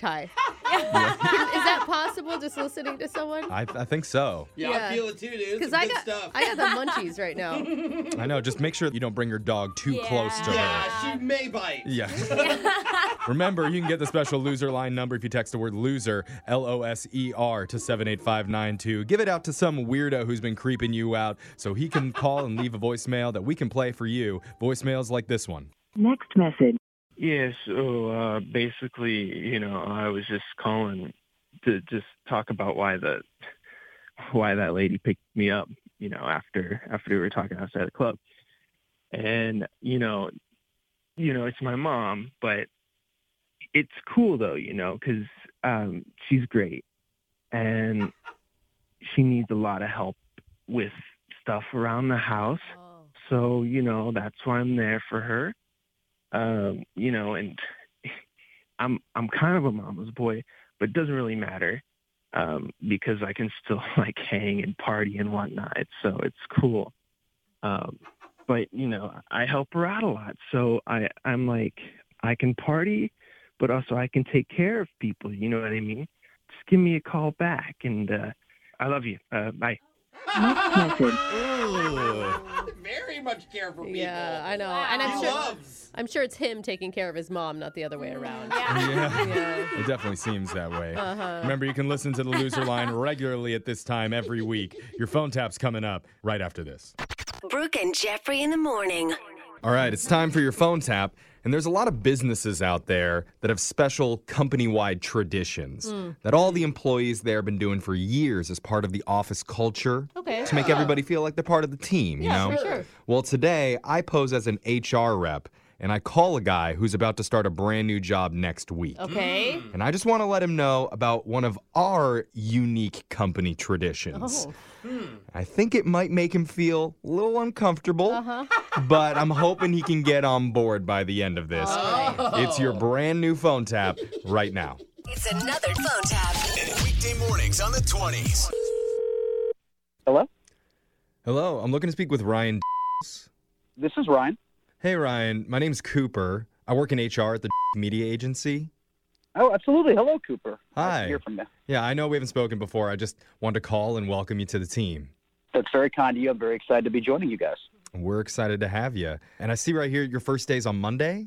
Speaker 4: high. Can- Is that possible? Just listening to someone?
Speaker 2: I, I think so.
Speaker 3: yeah,
Speaker 4: yeah.
Speaker 3: I feel it too, dude. It's
Speaker 4: Because
Speaker 3: some
Speaker 4: I
Speaker 3: good
Speaker 4: got
Speaker 3: stuff.
Speaker 4: I got the munchies right now.
Speaker 2: I know. Just make sure you don't bring your dog too
Speaker 5: Yeah.
Speaker 2: close to her.
Speaker 3: yeah, she may bite.
Speaker 2: Yeah. Remember, you can get the special loser line number if you text the word loser, L O S E R, to 78592. Give it out to some weirdo who's been creeping you out so he can call and leave a voicemail that we can play for you. Voicemails like this one.
Speaker 11: Next message.
Speaker 14: Yeah, so uh, basically, you know, I was just calling to just talk about why the why that lady picked me up, you know, after after we were talking outside the club. And, you know, you know, it's my mom, but it's cool though, you know, cuz um she's great and she needs a lot of help with stuff around the house. so you know that's why I'm there for her. Um, you know, and I'm I'm kind of a mama's boy, but it doesn't really matter um, because I can still like hang and party and whatnot. So it's cool. Um, but you know, I help her out a lot, so I I'm like I can party, but also I can take care of people. You know what I mean? Just give me a call back, and uh, I love you. Uh, bye.
Speaker 3: Very much care for people.
Speaker 4: Yeah, I know. And I'm
Speaker 3: He
Speaker 4: sure
Speaker 3: loves.
Speaker 4: I'm sure it's him taking care of his mom, not the other way around.
Speaker 5: Mm,
Speaker 2: Yeah.
Speaker 4: Yeah.
Speaker 2: It definitely seems that way.
Speaker 4: Uh-huh.
Speaker 2: Remember, you can listen to the loser line regularly at this time every week. Your phone tap's coming up right after this.
Speaker 7: Brooke and Jeffrey in the morning.
Speaker 2: All right, it's time for your phone tap. And there's a lot of businesses out there that have special company wide traditions
Speaker 7: Mm.
Speaker 2: that all the employees there have been doing for years as part of the office culture
Speaker 7: Okay.
Speaker 2: to make
Speaker 7: Yeah.
Speaker 2: everybody feel like they're part of the team,
Speaker 7: Yeah,
Speaker 2: you know?
Speaker 7: for sure.
Speaker 2: Well, today I pose as an HR rep and I call a guy who's about to start a brand new job next week.
Speaker 4: Okay.
Speaker 2: Mm. And I just want to let him know about one of our unique company
Speaker 3: Mm.
Speaker 4: Oh.
Speaker 3: Oh.
Speaker 2: traditions.
Speaker 3: Hmm.
Speaker 2: I think it might make him feel a little uncomfortable, but I'm hoping he can get on board by the end of this. It's your brand new phone tap right now.
Speaker 7: It's another phone tap.
Speaker 9: Weekday mornings on the 20s.
Speaker 2: Hello? Hello, I'm looking to speak with Ryan. This is Ryan. Hey, Ryan. My name's Cooper. I work in HR at the media agency.
Speaker 15: Oh, absolutely. Hello, Cooper. Nice
Speaker 2: Hi.
Speaker 15: to hear from you.
Speaker 2: Yeah, I know we haven't spoken before. I just wanted to call and welcome you to the team.
Speaker 15: That's very kind of you. I'm very excited to be joining you guys.
Speaker 2: We're excited to have you. And I see right here your first day's on Monday.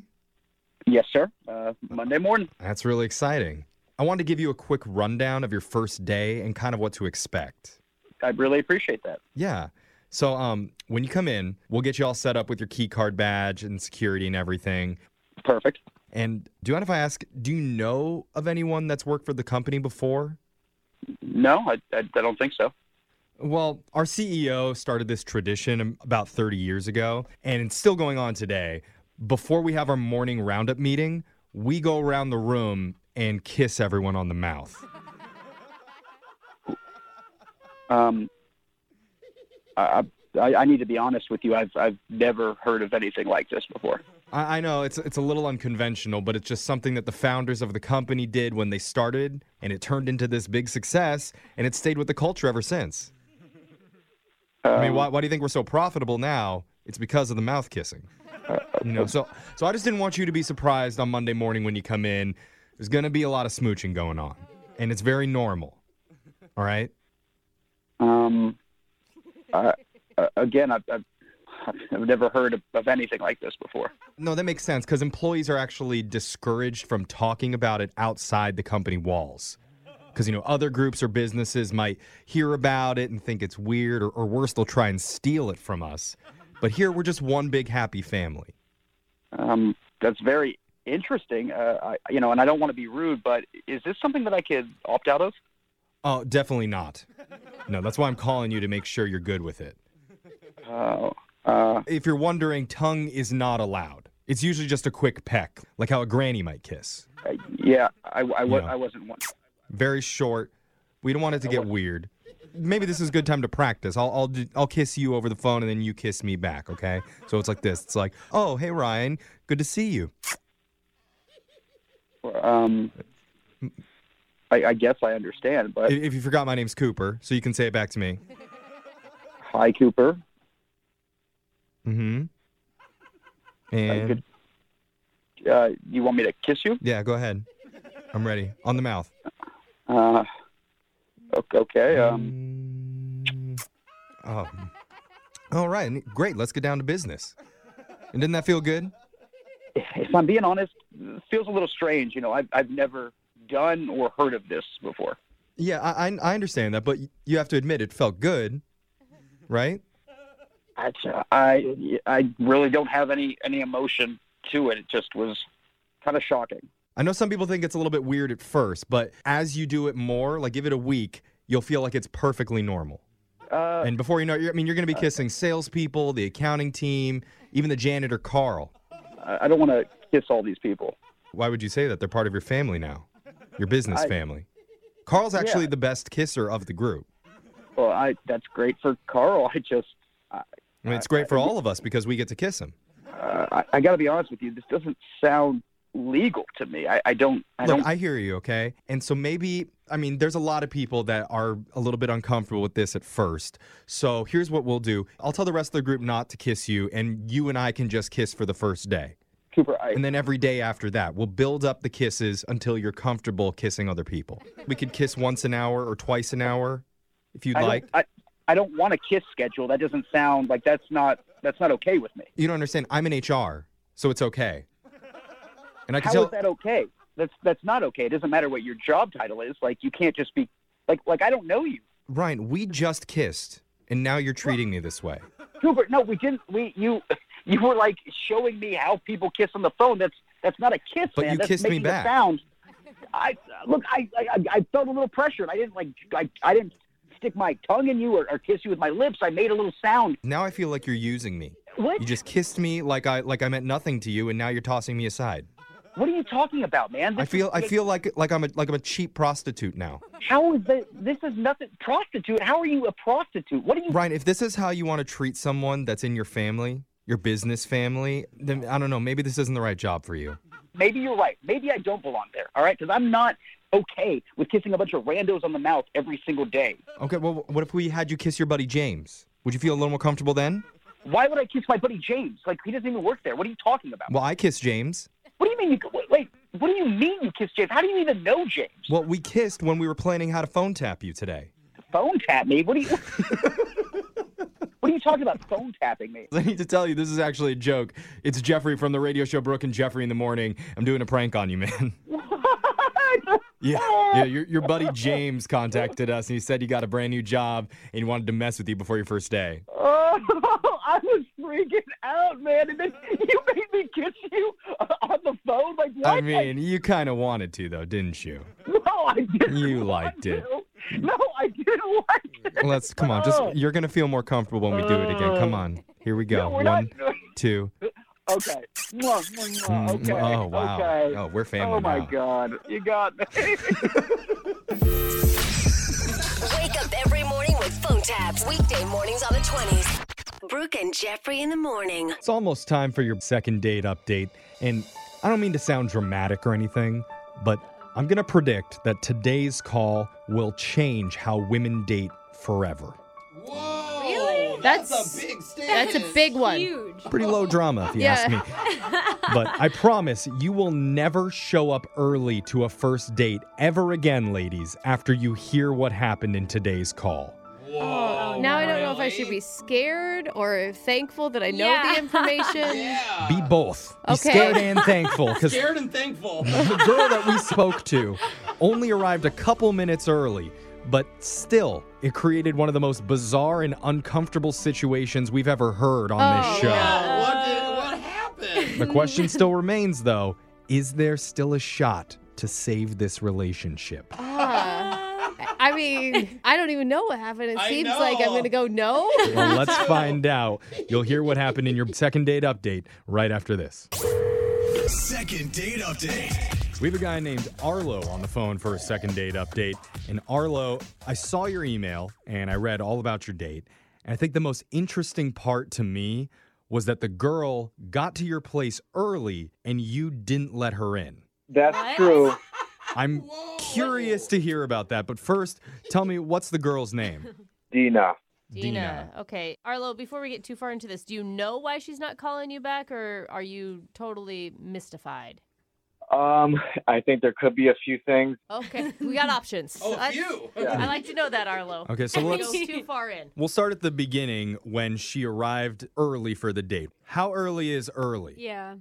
Speaker 15: Yes, sir. Uh, Monday morning.
Speaker 2: That's really exciting. I wanted to give you a quick rundown of your first day and kind of what to expect.
Speaker 15: I really appreciate that.
Speaker 2: Yeah. So um, when you come in, we'll get you all set up with your key card badge and security and everything.
Speaker 15: Perfect.
Speaker 2: And do you mind if I ask, do you know of anyone that's worked for the company before?
Speaker 15: No, I, I, I don't think so.
Speaker 2: Well, our CEO started this tradition about 30 years ago, and it's still going on today. Before we have our morning roundup meeting, we go around the room and kiss everyone on the mouth.
Speaker 15: Um, I, I, I need to be honest with you. I've, I've never heard of anything like this before.
Speaker 2: I, I know it's it's a little unconventional, but it's just something that the founders of the company did when they started, and it turned into this big success, and it stayed with the culture ever since. I mean, why, why do you think we're so profitable now? It's because of the mouth kissing. You know, so so I just didn't want you to be surprised on Monday morning when you come in. There's gonna be a lot of smooching going on, and it's very normal. All right.
Speaker 15: Um, I, uh, again, I've, I've, I've never heard of, of anything like this before.
Speaker 2: No, that makes sense because employees are actually discouraged from talking about it outside the company walls. Because, you know, other groups or businesses might hear about it and think it's weird, or, or worse, they'll try and steal it from us. But here, we're just one big happy family.
Speaker 15: Um, that's very interesting. Uh, I, you know, and I don't want to be rude, but is this something that I could opt out of?
Speaker 2: Oh, definitely not. No, that's why I'm calling you to make sure you're good with it.
Speaker 15: Oh.
Speaker 2: if you're wondering, tongue is not allowed. It's usually just a quick peck, like how a granny might kiss.
Speaker 15: Uh, Yeah, I, I, wa-
Speaker 2: Yeah.
Speaker 15: I wasn't one.
Speaker 2: very short. We don't want it to get weird. Maybe this is a good time to practice. I'll I'll do- I'll kiss you over the phone and then you kiss me back, okay? So it's like this. It's like, "Oh, hey Ryan, good to see you."
Speaker 15: Um, I, I guess I understand,
Speaker 2: I-
Speaker 15: but
Speaker 2: If you forgot my name's Cooper, so you can say it back to me.
Speaker 15: hi, Cooper.
Speaker 2: Mhm. And
Speaker 15: Uh, you want me to kiss you?
Speaker 2: yeah, go ahead. I'm ready. On the mouth.
Speaker 15: Uh, ok- okay. Um,
Speaker 2: Oh. All right. Great. Let's get down to business. And didn't that feel good?
Speaker 15: if I'm being honest, it feels a little strange. You know, I've, I've never done or heard of this before.
Speaker 2: Yeah, I I, I understand that, but y- you have to admit it felt good, right?
Speaker 15: I, I, I really don't have any, any emotion to it. It just was kind of shocking.
Speaker 2: I know some people think it's a little bit weird at first, but as you do it more, like give it a week, you'll feel like it's perfectly normal.
Speaker 15: Uh,
Speaker 2: and before you know it, you're, I mean, you're going to be kissing salespeople, the accounting team, even the janitor, Carl.
Speaker 15: I I don't want to kiss all these people.
Speaker 2: Why would you say that? They're part of your family now, your business
Speaker 15: I-
Speaker 2: family. Carl's actually
Speaker 15: Yeah.
Speaker 2: the best kisser of the group.
Speaker 15: Well, I, that's great for Carl. I just, I,
Speaker 2: I mean, it's great for all of us because we get to kiss him.
Speaker 15: Uh, I, I got to be honest with you. This doesn't sound legal to me. I, I don't. I
Speaker 2: Look,
Speaker 15: don't.
Speaker 2: I hear you, okay? And so maybe, I mean, there's a lot of people that are a little bit uncomfortable with this at first. So here's what we'll do I'll tell the rest of the group not to kiss you, and you and I can just kiss for the first day.
Speaker 15: Cooper, I,
Speaker 2: and then every day after that, we'll build up the kisses until you're comfortable kissing other people. We could kiss once an hour or twice an hour if you'd
Speaker 15: I don't-
Speaker 2: like.
Speaker 15: I, I don't want a kiss schedule. That doesn't sound like that's not that's not okay with me.
Speaker 2: You don't understand. I'm in HR, so it's okay. And I can
Speaker 15: How is
Speaker 2: tell.
Speaker 15: that okay? That's that's not okay. It doesn't matter what your job title is. Like you can't just be like like I don't know you,
Speaker 2: Ryan, we just kissed, and now you're treating me this way.
Speaker 15: Cooper. No, we didn't. We you you were like showing me how people kiss on the phone. That's that's not a kiss,
Speaker 2: But
Speaker 15: man.
Speaker 2: you
Speaker 15: that's
Speaker 2: kissed me
Speaker 15: making a
Speaker 2: back.
Speaker 15: sound. I look. I, I I- I felt a little pressured. I didn't like. I I didn't stick my tongue in you or, or kiss you with my lips. I made a little sound.
Speaker 2: Now I feel like you're using me.
Speaker 15: What?
Speaker 2: You just kissed me like I like I meant nothing to you, and now you're tossing me aside.
Speaker 15: What are you talking about, man?
Speaker 2: I
Speaker 15: This
Speaker 2: feel
Speaker 15: is-
Speaker 2: I feel like like I'm a like I'm a cheap prostitute now.
Speaker 15: How is that? This is nothing. Prostitute? How are you a prostitute? What are you?
Speaker 2: Ryan, if this is how you want to treat someone that's in your family, your business family, then I don't know. Maybe this isn't the right job for you.
Speaker 15: Maybe you're right. Maybe I don't belong there. All right, because I'm not okay with kissing a bunch of randos on the mouth every single day.
Speaker 2: Okay, well, what if we had you kiss your buddy James? Would you feel a little more comfortable then?
Speaker 15: Why would I kiss my buddy James? Like he doesn't even work there. What are you talking about?
Speaker 2: Well, I kissed James.
Speaker 15: What do you mean? You, wait, wait, what do you mean you kissed James? How do you even know James?
Speaker 2: Well, we kissed when we were planning how to phone tap you today.
Speaker 15: Phone tap me? What are you? what are you talking about? Phone tapping me?
Speaker 2: I need to tell you, this is actually a joke. It's Jeffrey from the radio show Brooke and Jeffrey in the morning. I'm doing a prank on you, man. yeah, yeah. Your, your buddy James contacted us and he said you got a brand new job and he wanted to mess with you before your first day.
Speaker 15: Oh, I was freaking out, man! And then you made me kiss you uh, on the phone. Like what?
Speaker 2: I mean, you kind of wanted to though, didn't you?
Speaker 15: No, I didn't.
Speaker 2: You liked it.
Speaker 15: No, I didn't like it.
Speaker 2: Let's come on. Just you're gonna feel more comfortable when we do it again. Come on. Here we go.
Speaker 15: we're
Speaker 2: One,
Speaker 15: not-
Speaker 2: two.
Speaker 15: Okay. Mwah, mwah, mwah.
Speaker 2: Mm,
Speaker 15: Okay.
Speaker 2: oh, wow.
Speaker 15: Okay.
Speaker 2: Oh, we're family
Speaker 15: Oh my
Speaker 2: now.
Speaker 15: God, you got me.
Speaker 7: Wake up every morning with phone taps. Weekday mornings on the 20s. Brooke and Jeffrey in the morning.
Speaker 2: It's almost time for your second date update, and I don't mean to sound dramatic or anything, but I'm gonna predict that today's call will change how women date forever.
Speaker 3: Really?
Speaker 4: That's,
Speaker 3: a big stand.
Speaker 4: That's a big one. Huge.
Speaker 2: Pretty low drama, if you ask me. But I promise you will never show up early to a first date ever again, ladies, after you hear what happened in today's call.
Speaker 4: Oh, now I don't know if I should be scared or thankful that I know
Speaker 5: Yeah.
Speaker 4: the information.
Speaker 2: Be both. Be
Speaker 4: Okay.
Speaker 2: scared and thankful. Because
Speaker 3: Scared and Hmm. thankful.
Speaker 2: the girl that we spoke to only arrived a couple minutes early, but still, it created one of the most bizarre and uncomfortable situations we've ever heard on
Speaker 16: Oh,
Speaker 2: this show.
Speaker 3: what did what happened?
Speaker 2: The question still remains, though is there still a shot to save this relationship?
Speaker 4: Ah. I mean, I don't even know what happened. It
Speaker 3: I
Speaker 4: seems like I'm
Speaker 3: know.
Speaker 4: going to go no.
Speaker 2: Well, let's find out. You'll hear what happened in your second date update right after this.
Speaker 9: Second date update.
Speaker 2: We have a guy named Arlo on the phone for a second date update. And Arlo, I saw your email and I read all about your date. And I think the most interesting part to me was that the girl got to your place early and you didn't let her in.
Speaker 15: That's true.
Speaker 2: I'm curious to hear about that. But first, tell me what's the girl's name?
Speaker 17: Dina.
Speaker 2: Dina.
Speaker 18: Okay. Arlo, before we get too far into this, do you know why she's not calling you back or are you totally mystified?
Speaker 17: Um, I think there could be a few things.
Speaker 18: Okay. we got options.
Speaker 3: Oh,
Speaker 18: I,
Speaker 3: you.
Speaker 18: I like to know that, Arlo.
Speaker 2: Okay, so
Speaker 18: Don't
Speaker 2: let's-
Speaker 18: go too far in.
Speaker 2: We'll start at the beginning when she arrived early for the date. How early is early?
Speaker 18: Yeah.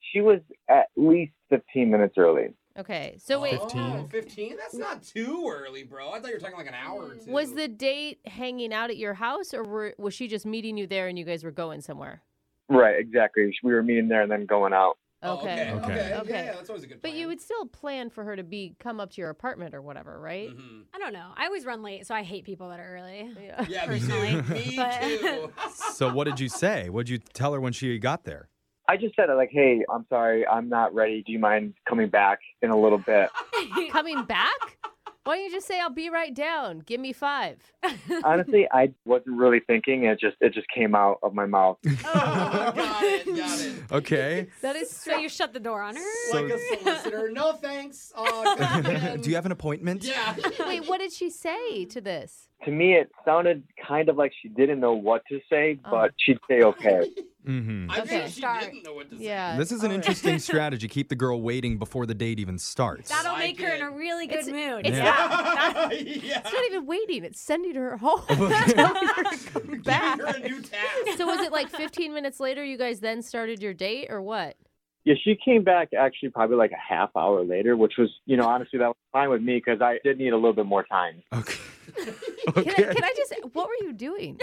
Speaker 17: She was at least 15 minutes early.
Speaker 18: Okay. So wait.
Speaker 2: 15?
Speaker 3: 15? That's not too early, bro. I thought you were talking like an hour
Speaker 4: Mm.
Speaker 3: or two.
Speaker 18: Was the date hanging out at your house or were, was she just meeting you there and you guys were going somewhere?
Speaker 17: Right, exactly. We were meeting there and then going out.
Speaker 4: Oh,
Speaker 18: Okay.
Speaker 17: okay.
Speaker 3: Okay, yeah,
Speaker 18: Okay.
Speaker 3: yeah, that's always a good
Speaker 18: But you would still plan for her to be come up to your apartment or whatever, right?
Speaker 5: I don't know. I always run late, so I hate people that are early.
Speaker 18: Yeah,
Speaker 3: Mm-hmm. Yeah, me
Speaker 5: personally.
Speaker 3: too. Me
Speaker 5: But-
Speaker 3: too.
Speaker 2: So what did you say? What did you tell her when she got there?
Speaker 17: I just said, like, hey, I'm sorry, I'm not ready. Do you mind coming back in a little bit?
Speaker 18: Coming back?
Speaker 4: Why don't you just say, I'll be right down? Give me five.
Speaker 17: Honestly, I wasn't really thinking. It just it just came out of my mouth.
Speaker 3: Oh,
Speaker 2: Okay.
Speaker 5: That is so you shut the door on her.
Speaker 2: So-
Speaker 3: Like a solicitor. No thanks. Uh,
Speaker 2: Do you have an appointment?
Speaker 3: Yeah.
Speaker 4: Wait, what did she say to this?
Speaker 17: To me, it sounded kind of like she didn't know what to say,
Speaker 11: Oh.
Speaker 17: but she'd say okay.
Speaker 2: Mm-hmm.
Speaker 3: I
Speaker 4: Okay.
Speaker 3: think she didn't know what to say.
Speaker 4: Yeah.
Speaker 2: This is an interesting strategy. Keep the girl waiting before the date even starts.
Speaker 5: That'll make her in a really good
Speaker 4: It's-
Speaker 5: mood.
Speaker 2: it's Yeah.
Speaker 5: That's-
Speaker 4: It's not even waiting. It's sending her home. back. so was it like 15 minutes later you guys then started your date or what?
Speaker 17: Yeah, she came back actually probably like a half hour later, which was, you know, honestly, that was fine with me because I did need a little bit more time.
Speaker 4: Can, I, can I just, what were you doing?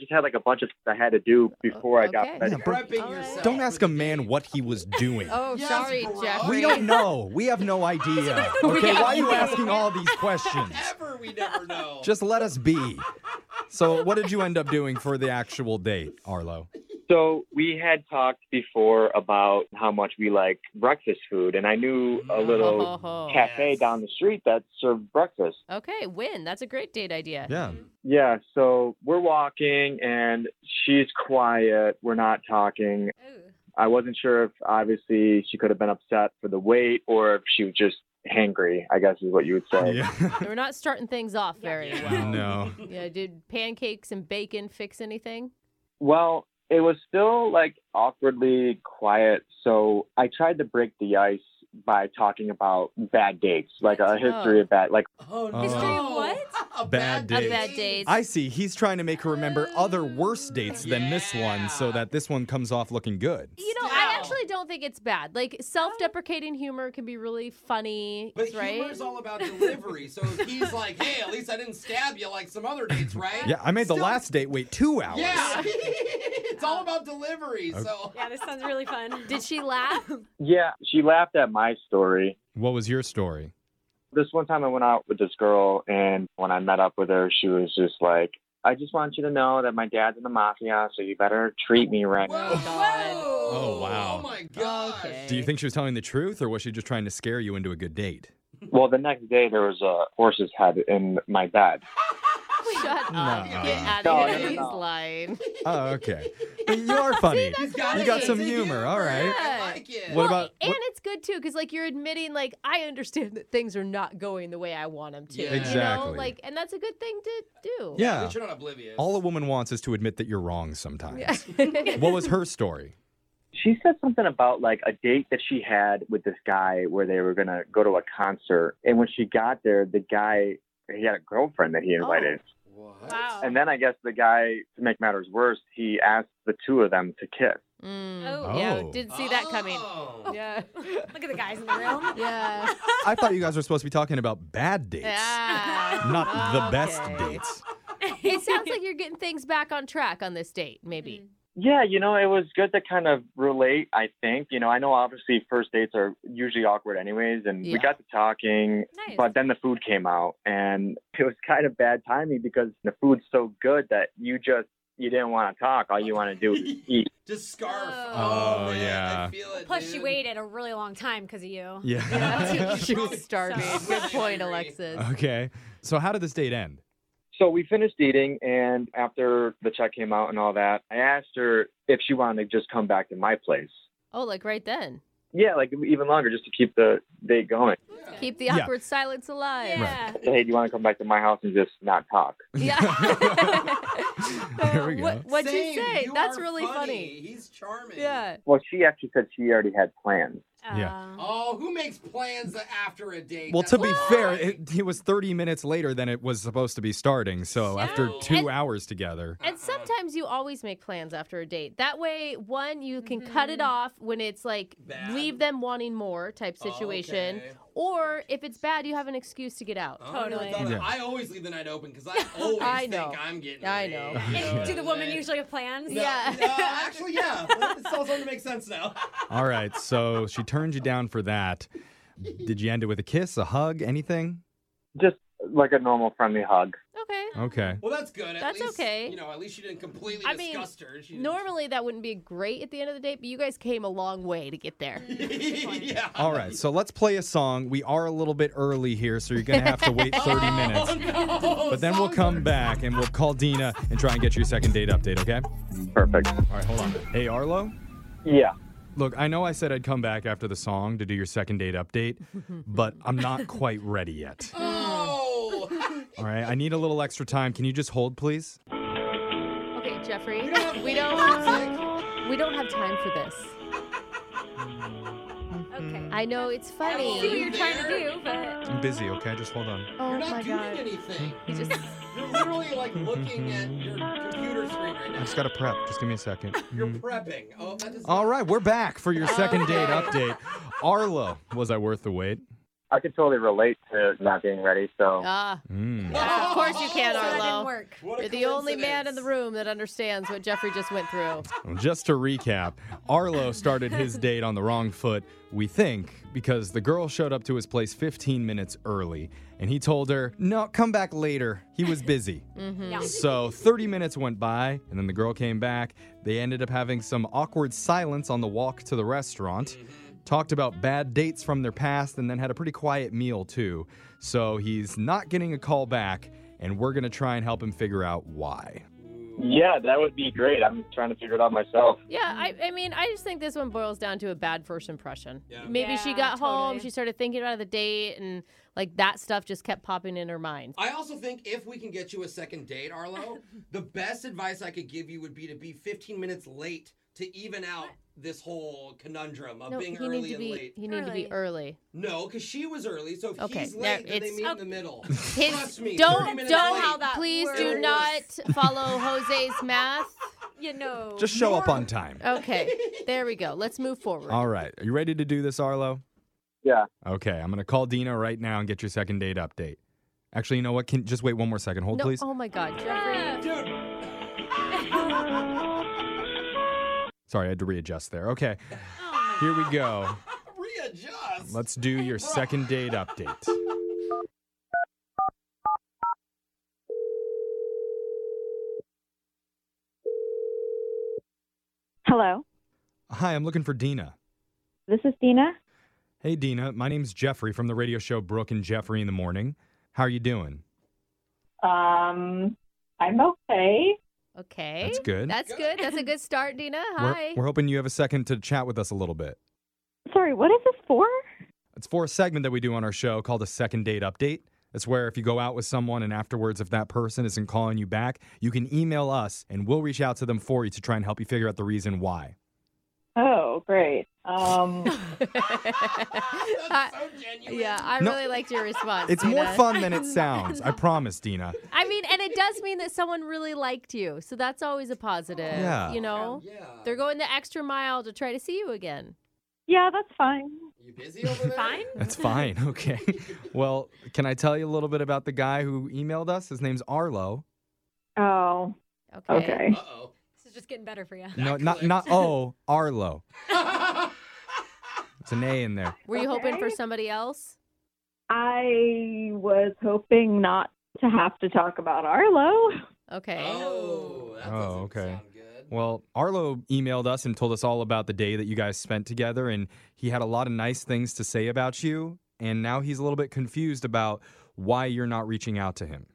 Speaker 17: just had like a bunch of stuff I had to do before I
Speaker 4: Oh, Okay.
Speaker 17: got ready.
Speaker 2: Yeah, but Don't ask a man what he was doing.
Speaker 4: Oh, sorry, Jeffrey.
Speaker 2: We don't know. We have no idea.
Speaker 4: We
Speaker 2: Okay,
Speaker 4: have
Speaker 2: why are you
Speaker 4: no
Speaker 2: asking
Speaker 4: idea.
Speaker 2: all these questions?
Speaker 3: Ever we never know.
Speaker 2: Just let us be. So, what did you end up doing for the actual date, Arlo?
Speaker 17: So we had talked before about how much we like breakfast food, and I knew a little
Speaker 4: Oh.
Speaker 17: cafe down the street that served breakfast.
Speaker 4: Okay, win. That's a great date idea.
Speaker 2: Yeah.
Speaker 17: Yeah, so we're walking and she's quiet. We're not talking. I wasn't sure if obviously she could have been upset for the wait or if she was just hangry, I guess is what you would say.
Speaker 4: We're not starting things off very well.
Speaker 2: No.
Speaker 4: Yeah, did pancakes and bacon fix anything?
Speaker 17: Well, it was still like awkwardly quiet, so I tried to break the ice by talking about bad dates, like a history of bad, like
Speaker 3: Oh,
Speaker 2: no. History of
Speaker 3: what? A
Speaker 2: Bad
Speaker 4: A
Speaker 2: date.
Speaker 4: bad date.
Speaker 2: I see. He's trying to make her remember other worse dates than this one so that this one comes off looking good.
Speaker 4: You know, I actually don't think it's bad. Like self-deprecating humor can be really funny,
Speaker 3: But
Speaker 4: right?
Speaker 3: humor's all about delivery. So if he's like, hey, at least I didn't stab you like some other dates, right?
Speaker 2: Yeah, I made the last date wait two hours.
Speaker 3: Yeah. it's all about delivery.
Speaker 2: Okay.
Speaker 3: So
Speaker 5: yeah, this sounds really fun.
Speaker 4: Did she laugh?
Speaker 17: Yeah, she laughed at my story.
Speaker 2: What was your story?
Speaker 17: This one time I went out with this girl, and when I met up with her, she was just like, I just want you to know that my dad's in the mafia, so you better treat me right.
Speaker 2: Oh, wow.
Speaker 3: Oh my gosh.
Speaker 2: Do you think she was telling the truth or was she just trying to scare you into a good date?
Speaker 17: Well, the next day there was a horse's head in my bed.
Speaker 4: Shut
Speaker 2: No.
Speaker 4: up. Get out
Speaker 17: No,
Speaker 4: of
Speaker 17: no,
Speaker 4: here.
Speaker 17: no,
Speaker 4: He's
Speaker 17: no.
Speaker 4: lying.
Speaker 2: Oh, okay. But you are funny.
Speaker 4: that's
Speaker 2: you got
Speaker 4: funny.
Speaker 2: some
Speaker 4: It's a
Speaker 2: humor. All right.
Speaker 4: Yeah.
Speaker 2: What
Speaker 4: Well,
Speaker 2: about-
Speaker 4: and
Speaker 2: what-
Speaker 4: it's good too because like you're admitting like I understand that things are not going the way I want them to.
Speaker 2: Yeah.
Speaker 4: You
Speaker 2: Exactly.
Speaker 4: know? Like and that's a good thing to do.
Speaker 2: Yeah.
Speaker 3: You're not oblivious.
Speaker 2: All a woman wants is to admit that you're wrong sometimes.
Speaker 4: Yeah.
Speaker 2: What was her story?
Speaker 17: She said something about like a date that she had with this guy where they were gonna go to a concert, and when she got there, the guy he had a girlfriend that he invited.
Speaker 5: Wow.
Speaker 17: And then I guess the guy, to make matters worse, he asked the two of them to kiss.
Speaker 4: Mm, Yeah,
Speaker 2: Oh.
Speaker 4: didn't see that coming. Yeah.
Speaker 5: Look at the guys in the room.
Speaker 4: Yeah.
Speaker 2: I thought you guys were supposed to be talking about bad dates, not the best dates.
Speaker 4: it sounds like you're getting things back on track on this date,
Speaker 5: Mm.
Speaker 4: maybe.
Speaker 17: Yeah, you know, it was good to kind of relate, I think. You know, I know obviously first dates are usually awkward anyways, and
Speaker 4: Yeah.
Speaker 17: we got to talking,
Speaker 5: Nice.
Speaker 17: but then the food came out, and it was kind of bad timing because the food's so good that you just, you didn't want to talk. All you want to do is eat.
Speaker 3: Just scarf.
Speaker 2: Oh, yeah.
Speaker 5: Plus, she waited a really long time because of you.
Speaker 2: Yeah.
Speaker 4: she was starving. Good point, Alexis.
Speaker 2: Okay. So, how did this date end?
Speaker 17: So we finished eating, and after the check came out and all that, I asked her if she wanted to just come back to my place.
Speaker 4: Oh, like right then.
Speaker 17: Yeah, like even longer just to keep the date going.
Speaker 4: Keep the
Speaker 17: Yeah.
Speaker 4: awkward silence alive. Yeah.
Speaker 17: Hey, do you want to come back to my house and just not talk?
Speaker 2: There we go.
Speaker 4: What, what'd
Speaker 3: Same.
Speaker 4: you say?
Speaker 3: You
Speaker 4: That's
Speaker 3: are
Speaker 4: really funny.
Speaker 3: He's charming.
Speaker 4: Yeah.
Speaker 17: Well, she actually said she already had plans.
Speaker 2: Yeah.
Speaker 3: Oh, who makes plans after a date?
Speaker 2: Well, to be
Speaker 3: That's-
Speaker 2: fair, it, it was 30 minutes later than it was supposed to be starting. So, after two hours together,
Speaker 4: And sometimes you always make plans after a date. That way, one, you can cut it off when it's like leave them wanting more type situation. Or if it's bad, you have an excuse to get out.
Speaker 3: Oh, I don't know, I, thought-
Speaker 2: Yeah.
Speaker 3: I always leave the night open because I always
Speaker 4: I know.
Speaker 3: think I'm getting.
Speaker 4: I know.
Speaker 5: And do the women usually have plans?
Speaker 3: No, no, actually, yeah. It's all starting to make sense now.
Speaker 2: all right. So, she turned you down for that. Did you end it with a kiss, a hug, anything?
Speaker 17: Just like a normal friendly hug.
Speaker 4: Okay.
Speaker 2: Okay.
Speaker 3: Well, that's good. At
Speaker 4: That's
Speaker 3: least,
Speaker 4: okay.
Speaker 3: You know, at least she didn't completely
Speaker 4: I mean,
Speaker 3: disgust her. She
Speaker 4: normally that wouldn't be great at the end of the day, but you guys came a long way to get there.
Speaker 3: yeah.
Speaker 2: All right, so let's play a song. We are a little bit early here, so you're going to have to wait
Speaker 4: Oh,
Speaker 2: 30 minutes. But then we'll come back and we'll call Dina and try and get your second date update, okay?
Speaker 17: Perfect.
Speaker 2: All right, hold on. Hey, Arlo?
Speaker 17: Yeah.
Speaker 2: Look, I know I said I'd come back after the song to do your second date update, but I'm not quite ready yet.
Speaker 3: Oh.
Speaker 2: All right, I need a little extra time. Can you just hold, please?
Speaker 4: Okay, Jeffrey. We
Speaker 3: don't.
Speaker 4: We don't, have time for this.
Speaker 5: Okay.
Speaker 4: I know it's funny.
Speaker 5: I see what you're trying to do, but
Speaker 2: I'm busy, okay? Just hold on.
Speaker 4: Oh
Speaker 3: You're not
Speaker 4: my
Speaker 3: doing
Speaker 4: god.
Speaker 3: anything.
Speaker 4: You just
Speaker 3: You're literally like looking at your computer screen right
Speaker 2: I
Speaker 3: now.
Speaker 2: just got to prep. Just give me a second. Mm.
Speaker 3: Prepping. Oh, that is.
Speaker 2: All right, we're back for your second date update. Arlo, was I worth the wait?
Speaker 17: I could totally relate to not being ready. So
Speaker 4: Ah,
Speaker 2: Mm.
Speaker 4: yes, of course you can,
Speaker 3: So that
Speaker 4: Arlo.
Speaker 3: didn't
Speaker 4: work.
Speaker 3: What a
Speaker 4: You're the only man in the room that understands what Jeffrey just went through.
Speaker 2: Well, Just to recap, Arlo started his date on the wrong foot, we think, because the girl showed up to his place 15 minutes early and he told her, No, come back later. He was busy.
Speaker 4: Mm-hmm.
Speaker 2: So 30 minutes went by and then the girl came back. They ended up having some awkward silence on the walk to the restaurant, talked about bad dates from their past, and then had a pretty quiet meal too. So he's not getting a call back, and we're going to try and help him figure out why.
Speaker 17: yeah, that would be great. I'm trying to figure it out myself.
Speaker 4: Yeah, I, I mean, I just think this one boils down to a bad first impression.
Speaker 17: Yeah.
Speaker 4: Maybe she
Speaker 5: Yeah,
Speaker 4: got home,
Speaker 5: totally.
Speaker 4: she started thinking about the date, and like that stuff just kept popping in her mind.
Speaker 3: I also think if we can get you a second date, Arlo, the best advice I could give you would be to be 15 minutes late to even out this whole conundrum of
Speaker 4: no,
Speaker 3: being
Speaker 4: he
Speaker 3: early
Speaker 4: need to
Speaker 3: and
Speaker 4: be
Speaker 3: late.
Speaker 4: he need to be early.
Speaker 3: No, because she was early, so if
Speaker 4: Okay,
Speaker 3: he's
Speaker 4: there-
Speaker 3: late, then they
Speaker 4: it's-
Speaker 3: meet in
Speaker 4: okay.
Speaker 3: the middle.
Speaker 4: His,
Speaker 3: Trust me. 30
Speaker 4: don't
Speaker 3: minutes
Speaker 4: don't
Speaker 3: late.
Speaker 5: how that
Speaker 4: please do
Speaker 5: works.
Speaker 4: not follow Jose's math.
Speaker 5: you know.
Speaker 2: Just show up on time.
Speaker 4: Okay, there we go. Let's move forward.
Speaker 2: All right. Are you ready to do this, Arlo?
Speaker 17: Yeah.
Speaker 2: Okay. I'm going to call Dina right now and get your second date update. Actually, you know what? Can just wait one more second. Hold,
Speaker 4: No,
Speaker 2: please.
Speaker 4: oh my God, Jeffrey.
Speaker 2: Sorry, I had to readjust there. Okay. Here we go.
Speaker 3: Readjust.
Speaker 2: Let's do your second date update.
Speaker 8: Hello,
Speaker 2: Hi, I'm looking for Dina.
Speaker 8: this is Dina.
Speaker 2: Hey, Dina. My name's Jeffrey from the radio show Brooke and Jeffrey in the Morning. How are you doing?
Speaker 8: Um, I'm okay.
Speaker 4: Okay.
Speaker 2: That's good.
Speaker 4: That's good. That's a good start, Dina.
Speaker 2: We're-
Speaker 4: Hi.
Speaker 2: we're hoping you have a second to chat with us a little bit.
Speaker 8: Sorry, what is this for?
Speaker 2: It's for a segment that we do on our show called a second date update. It's where if you go out with someone and afterwards, if that person isn't calling you back, you can email us and we'll reach out to them for you to try and help you figure out the reason why.
Speaker 8: Oh, great. Um,
Speaker 4: I- Yeah, I
Speaker 2: No.
Speaker 4: really liked your response.
Speaker 2: It's more
Speaker 4: Dina.
Speaker 2: fun than it sounds. I promise, Dina.
Speaker 4: I mean, and it does mean that someone really liked you. So that's always a positive.
Speaker 2: Yeah.
Speaker 4: You
Speaker 8: Oh,
Speaker 4: know?
Speaker 3: Yeah.
Speaker 4: They're going the extra mile to try to see you again.
Speaker 8: yeah, that's fine.
Speaker 3: You busy over there?
Speaker 5: Fine.
Speaker 2: That's fine. Okay. Well, can I tell you a little bit about the guy who emailed us? His name's Arlo.
Speaker 8: Oh,
Speaker 4: Okay.
Speaker 8: okay.
Speaker 3: Uh-oh.
Speaker 5: This is just getting better for you.
Speaker 2: No, not not oh, Arlo. It's an A in there.
Speaker 4: Were you hoping for
Speaker 8: Okay.
Speaker 4: somebody else?
Speaker 8: I was hoping not to have to talk about Arlo.
Speaker 4: Okay.
Speaker 3: Oh, that doesn't
Speaker 2: Oh, okay.
Speaker 3: sound good.
Speaker 2: Well, Arlo emailed us and told us all about the day that you guys spent together, and he had a lot of nice things to say about you. And now he's a little bit confused about why you're not reaching out to him.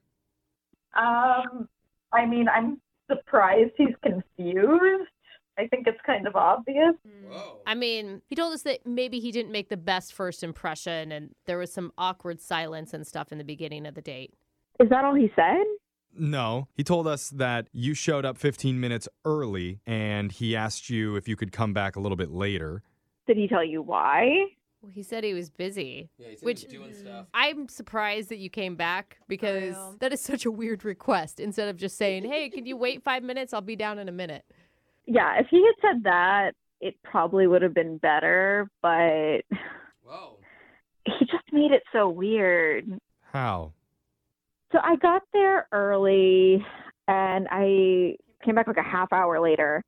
Speaker 8: Um, I mean, I'm surprised he's confused. I think it's kind of obvious.
Speaker 3: Whoa.
Speaker 4: I mean, he told us that maybe he didn't make the best first impression and there was some awkward silence and stuff in the beginning of the date.
Speaker 8: Is that all he said?
Speaker 2: No, he told us that you showed up 15 minutes early and he asked you if you could come back a little bit later.
Speaker 8: Did he tell you why?
Speaker 4: Well, he said he was busy.
Speaker 3: Yeah, he said
Speaker 4: Which-
Speaker 3: he was doing stuff.
Speaker 4: I'm surprised that you came back because that is such a weird request instead of just saying, hey, can you wait five minutes? I'll be down in a minute.
Speaker 8: Yeah, if he had said that, it probably would have been better, but
Speaker 3: Whoa.
Speaker 8: he just made it so weird.
Speaker 2: How?
Speaker 8: So I got there early and I came back like a half hour later.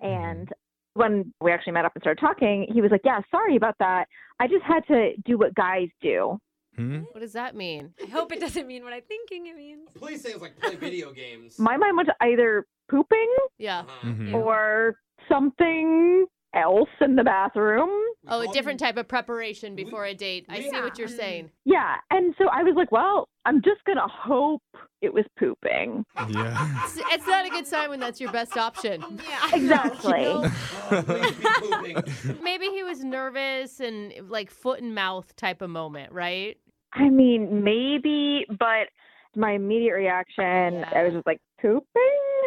Speaker 8: And when we actually met up and started talking, he was like, Yeah, sorry about that. I just had to do what guys do.
Speaker 2: Hmm?
Speaker 4: What does that mean?
Speaker 19: Mm-hmm. I hope it doesn't mean what I'm thinking it means.
Speaker 3: Please say it's like play video games.
Speaker 8: My mind went to either pooping
Speaker 4: Yeah.
Speaker 2: Mhm.
Speaker 8: or something else in the bathroom.
Speaker 4: Oh, a different type of preparation before a date. I see what you're saying.
Speaker 8: Yeah. And so I was like, well, I'm just going to hope it was pooping.
Speaker 2: Yeah.
Speaker 4: It's, it's not a good sign when that's your best option. Yeah.
Speaker 8: Exactly.
Speaker 4: Maybe he was nervous and like foot and mouth type of moment, right?
Speaker 8: I mean, maybe, but my immediate reaction, I was just like, pooping?